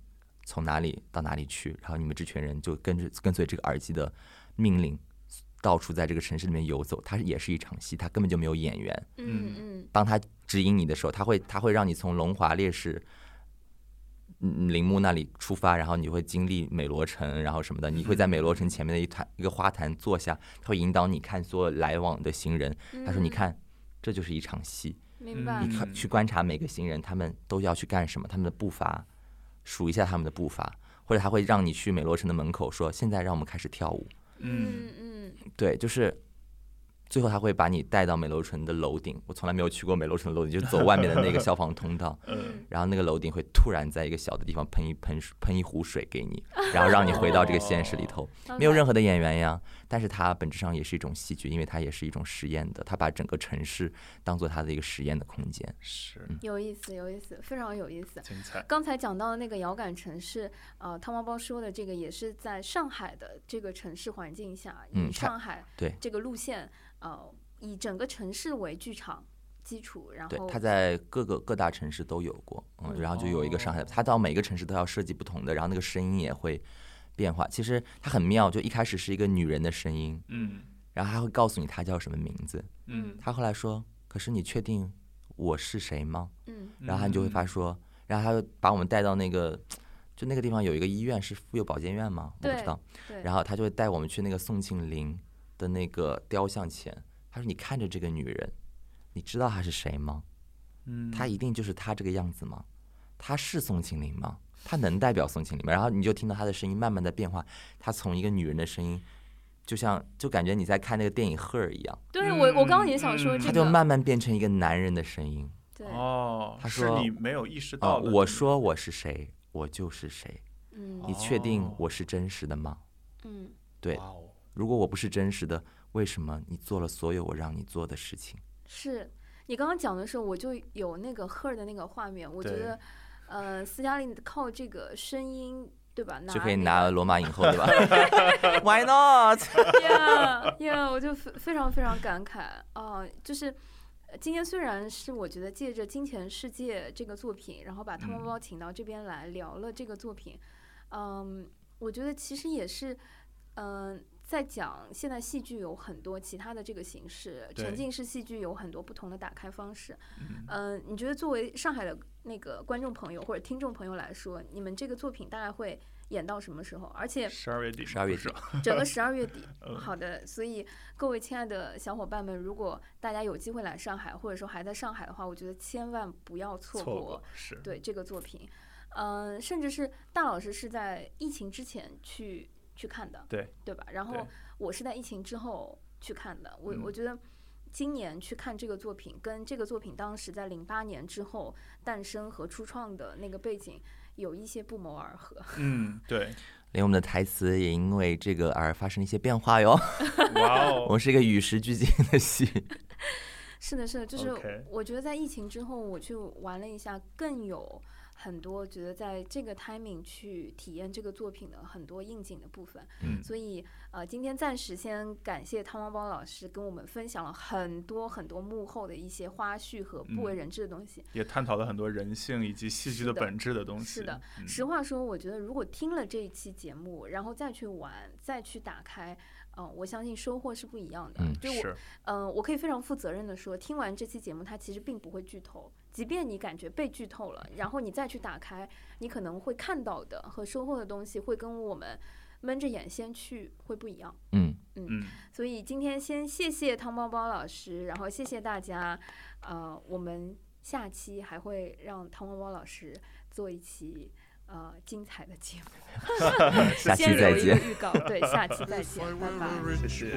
Speaker 4: 从哪里到哪里去，然后你们这群人就跟着跟随这个耳机的命令，到处在这个城市里面游走。它也是一场戏，它根本就没有演员。
Speaker 2: 嗯嗯
Speaker 4: 当他指引你的时候，他会他会让你从龙华烈士。嗯铃木那里出发，然后你会经历美罗城，然后什么的，你会在美罗城前面的一坛一个花坛坐下，他会引导你看所有来往的行人。
Speaker 2: 嗯，
Speaker 4: 他说：“你看，这就是一场戏，
Speaker 2: 明
Speaker 4: 你
Speaker 2: 白
Speaker 3: 嗯
Speaker 4: 看去观察每个行人，他们都要去干什么，他们的步伐，数一下他们的步伐，或者他会让你去美罗城的门口说：“现在让我们开始跳舞。
Speaker 3: 嗯
Speaker 2: 嗯”
Speaker 4: 对，就是最后他会把你带到美楼城的楼顶。我从来没有去过美楼城的楼顶，就是走外面的那个消防通道， (laughs)
Speaker 3: 呃
Speaker 4: 然后那个楼顶会突然在一个小的地方喷一喷水喷一壶水给你，然后让你回到这个现实里头。
Speaker 2: 哦嗯
Speaker 4: 没有任何的演员呀，但是它本质上也是一种戏剧，因为它也是一种实验的，它把整个城市当做它的一个实验的空间。
Speaker 3: 是
Speaker 4: 嗯
Speaker 2: 有意思，有意思，非常有意思。
Speaker 3: 精彩。
Speaker 2: 刚才讲到的那个遥感城市，呃，汤包包说的这个也是在上海的这个城市环境下，以
Speaker 4: 嗯它
Speaker 2: 上海
Speaker 4: 对
Speaker 2: 这个路线，呃，以整个城市为剧场基础，然
Speaker 4: 对
Speaker 2: 后，
Speaker 4: 它在各个各大城市都有过，嗯，
Speaker 2: 嗯
Speaker 4: 然后就有一个上海，它到每个城市都要设计不同的，然后那个声音也会变化。其实它很妙，就一开始是一个女人的声音，
Speaker 3: 嗯
Speaker 4: 然后她会告诉你她叫什么名字，
Speaker 3: 嗯，
Speaker 4: 她后来说：“可是你确定我是谁吗？”
Speaker 2: 嗯
Speaker 4: 然后他就会发
Speaker 3: 嗯
Speaker 4: 说，然后他就把我们带到那个，就那个地方有一个医院是妇幼保健院吗？我不
Speaker 2: 对
Speaker 4: 知道
Speaker 2: 对。
Speaker 4: 然后他就会带我们去那个宋庆龄的那个雕像前，他说：“你看着这个女人，你知道她是谁吗？
Speaker 3: 嗯
Speaker 4: 她一定就是她这个样子吗？她是宋庆龄吗？她能代表宋庆龄吗？”然后你就听到她的声音慢慢的变化，她从一个女人的声音。就像就感觉你在看那个电影《赫尔》一样，
Speaker 2: 对我我刚刚也
Speaker 3: 嗯
Speaker 2: 想说
Speaker 3: 嗯
Speaker 2: 这
Speaker 4: 她
Speaker 2: 个，
Speaker 4: 就慢慢变成一个男人的声音，
Speaker 2: 对，
Speaker 3: 哦，
Speaker 4: 他
Speaker 3: 是
Speaker 4: 说
Speaker 3: 你没有意识
Speaker 4: 啊、
Speaker 3: 到的。
Speaker 4: 我说我是谁，我就是谁。
Speaker 2: 嗯
Speaker 4: 你确定
Speaker 3: 哦
Speaker 4: 我是真实的吗？
Speaker 2: 嗯
Speaker 4: 对
Speaker 3: 哇哦
Speaker 4: 如果我不是真实的，为什么你做了所有我让你做的事情？
Speaker 2: 是。你刚刚讲的时候，我就有那个 her 的那个画面，我觉
Speaker 3: 对
Speaker 2: 得，呃，斯嘉丽靠这个声音，对吧？拿
Speaker 4: 就可以
Speaker 2: 那
Speaker 4: 拿
Speaker 2: 个
Speaker 4: 罗马影后对吧 (laughs) ？Why not？
Speaker 2: yeah, yeah，我就非非常非常感慨啊、就是呃今天虽然是我觉得借着《金钱世界》这个作品，然后把汤包
Speaker 3: 嗯
Speaker 2: 包请到这边来聊了这个作品，嗯，我觉得其实也是，嗯、在讲现在戏剧有很多其他的这个形式，沉
Speaker 3: 对
Speaker 2: 浸式戏剧有很多不同的打开方式。
Speaker 3: 嗯
Speaker 2: 嗯、你觉得作为上海的那个观众朋友或者听众朋友来说，你们这个作品大概会演到什么时候？而且
Speaker 3: 十二月底，
Speaker 4: 12月
Speaker 3: 不是
Speaker 4: 底
Speaker 3: (laughs)
Speaker 2: 整个十二月底。
Speaker 3: 嗯
Speaker 2: 好的，所以各位亲爱的小伙伴们，如果大家有机会来上海，或者说还在上海的话，我觉得千万不要错
Speaker 3: 错
Speaker 2: 过
Speaker 3: 过是
Speaker 2: 对这个作品。嗯、甚至是大老师是在疫情之前去去看的，
Speaker 3: 对
Speaker 2: 对吧？然后
Speaker 3: 对
Speaker 2: 我是在疫情之后去看的。我我
Speaker 3: 嗯
Speaker 2: 觉得今年去看这个作品，跟这个作品当时在零八年之后诞生和初创的那个背景有一些不谋而合。
Speaker 3: 嗯 (laughs) 对，
Speaker 4: 连我们的台词也因为这个而发生了一些变化哟。
Speaker 3: 哇
Speaker 4: 我
Speaker 3: 哦，
Speaker 4: 们是一个与时俱进的戏，
Speaker 2: 是的，是的，就是
Speaker 3: OK
Speaker 2: 我觉得在疫情之后，我去玩了一下，更有很多觉得在这个 timing 去体验这个作品的很多应景的部分。
Speaker 3: 嗯
Speaker 2: 所以呃，今天暂时先感谢汤包包老师跟我们分享了很多很多幕后的一些花絮和不为
Speaker 3: 嗯
Speaker 2: 人知的东西。
Speaker 3: 也探讨了很多人性以及戏剧
Speaker 2: 是
Speaker 3: 的
Speaker 2: 的
Speaker 3: 本质的东西。
Speaker 2: 是的
Speaker 3: 嗯
Speaker 2: 实话说，我觉得如果听了这一期节目，然后再去玩，再去打开，嗯、我相信收获是不一样的。
Speaker 4: 嗯
Speaker 2: 对我
Speaker 3: 是
Speaker 2: 嗯，我可以非常负责任的说，听完这期节目，它其实并不会剧透。即便你感觉被剧透了，然后你再去打开，你可能会看到的和收获的东西会跟我们蒙着眼先去会不一样。
Speaker 4: 嗯，
Speaker 3: 嗯，
Speaker 2: 所以今天先谢谢汤包包老师，然后谢谢大家。呃，我们下期还会让汤包包老师做一期呃精彩的节目。
Speaker 4: (laughs) 下期
Speaker 2: 先
Speaker 4: 再
Speaker 2: 留一个
Speaker 4: 见。
Speaker 2: 预告，对，下期再
Speaker 5: (laughs)
Speaker 2: 见，拜拜。
Speaker 3: 谢谢。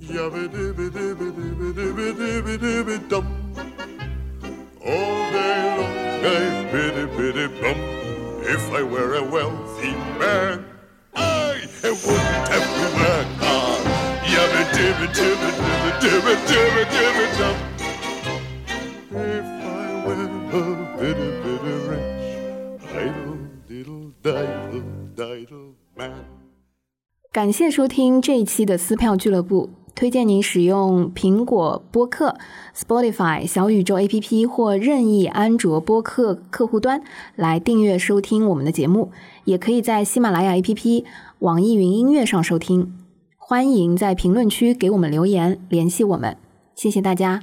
Speaker 5: Yabba-dibba-dibba-dibba-dibba-dibba-dum. All day long I biddy biddy bum. If I were a wealthy man, I would have Ah, to work hard. Yabba dibba dibba dibba dibba dibba dibba dum. If I were a bitty bitty rich, idle diddle diddle diddle man.
Speaker 2: 感谢收听这一期的撕票俱乐部，推荐您使用苹果播客、Spotify、小宇宙 APP 或任意安卓播客客户端来订阅收听我们的节目，也可以在喜马拉雅 APP、网易云音乐上收听。欢迎在评论区给我们留言，联系我们。谢谢大家。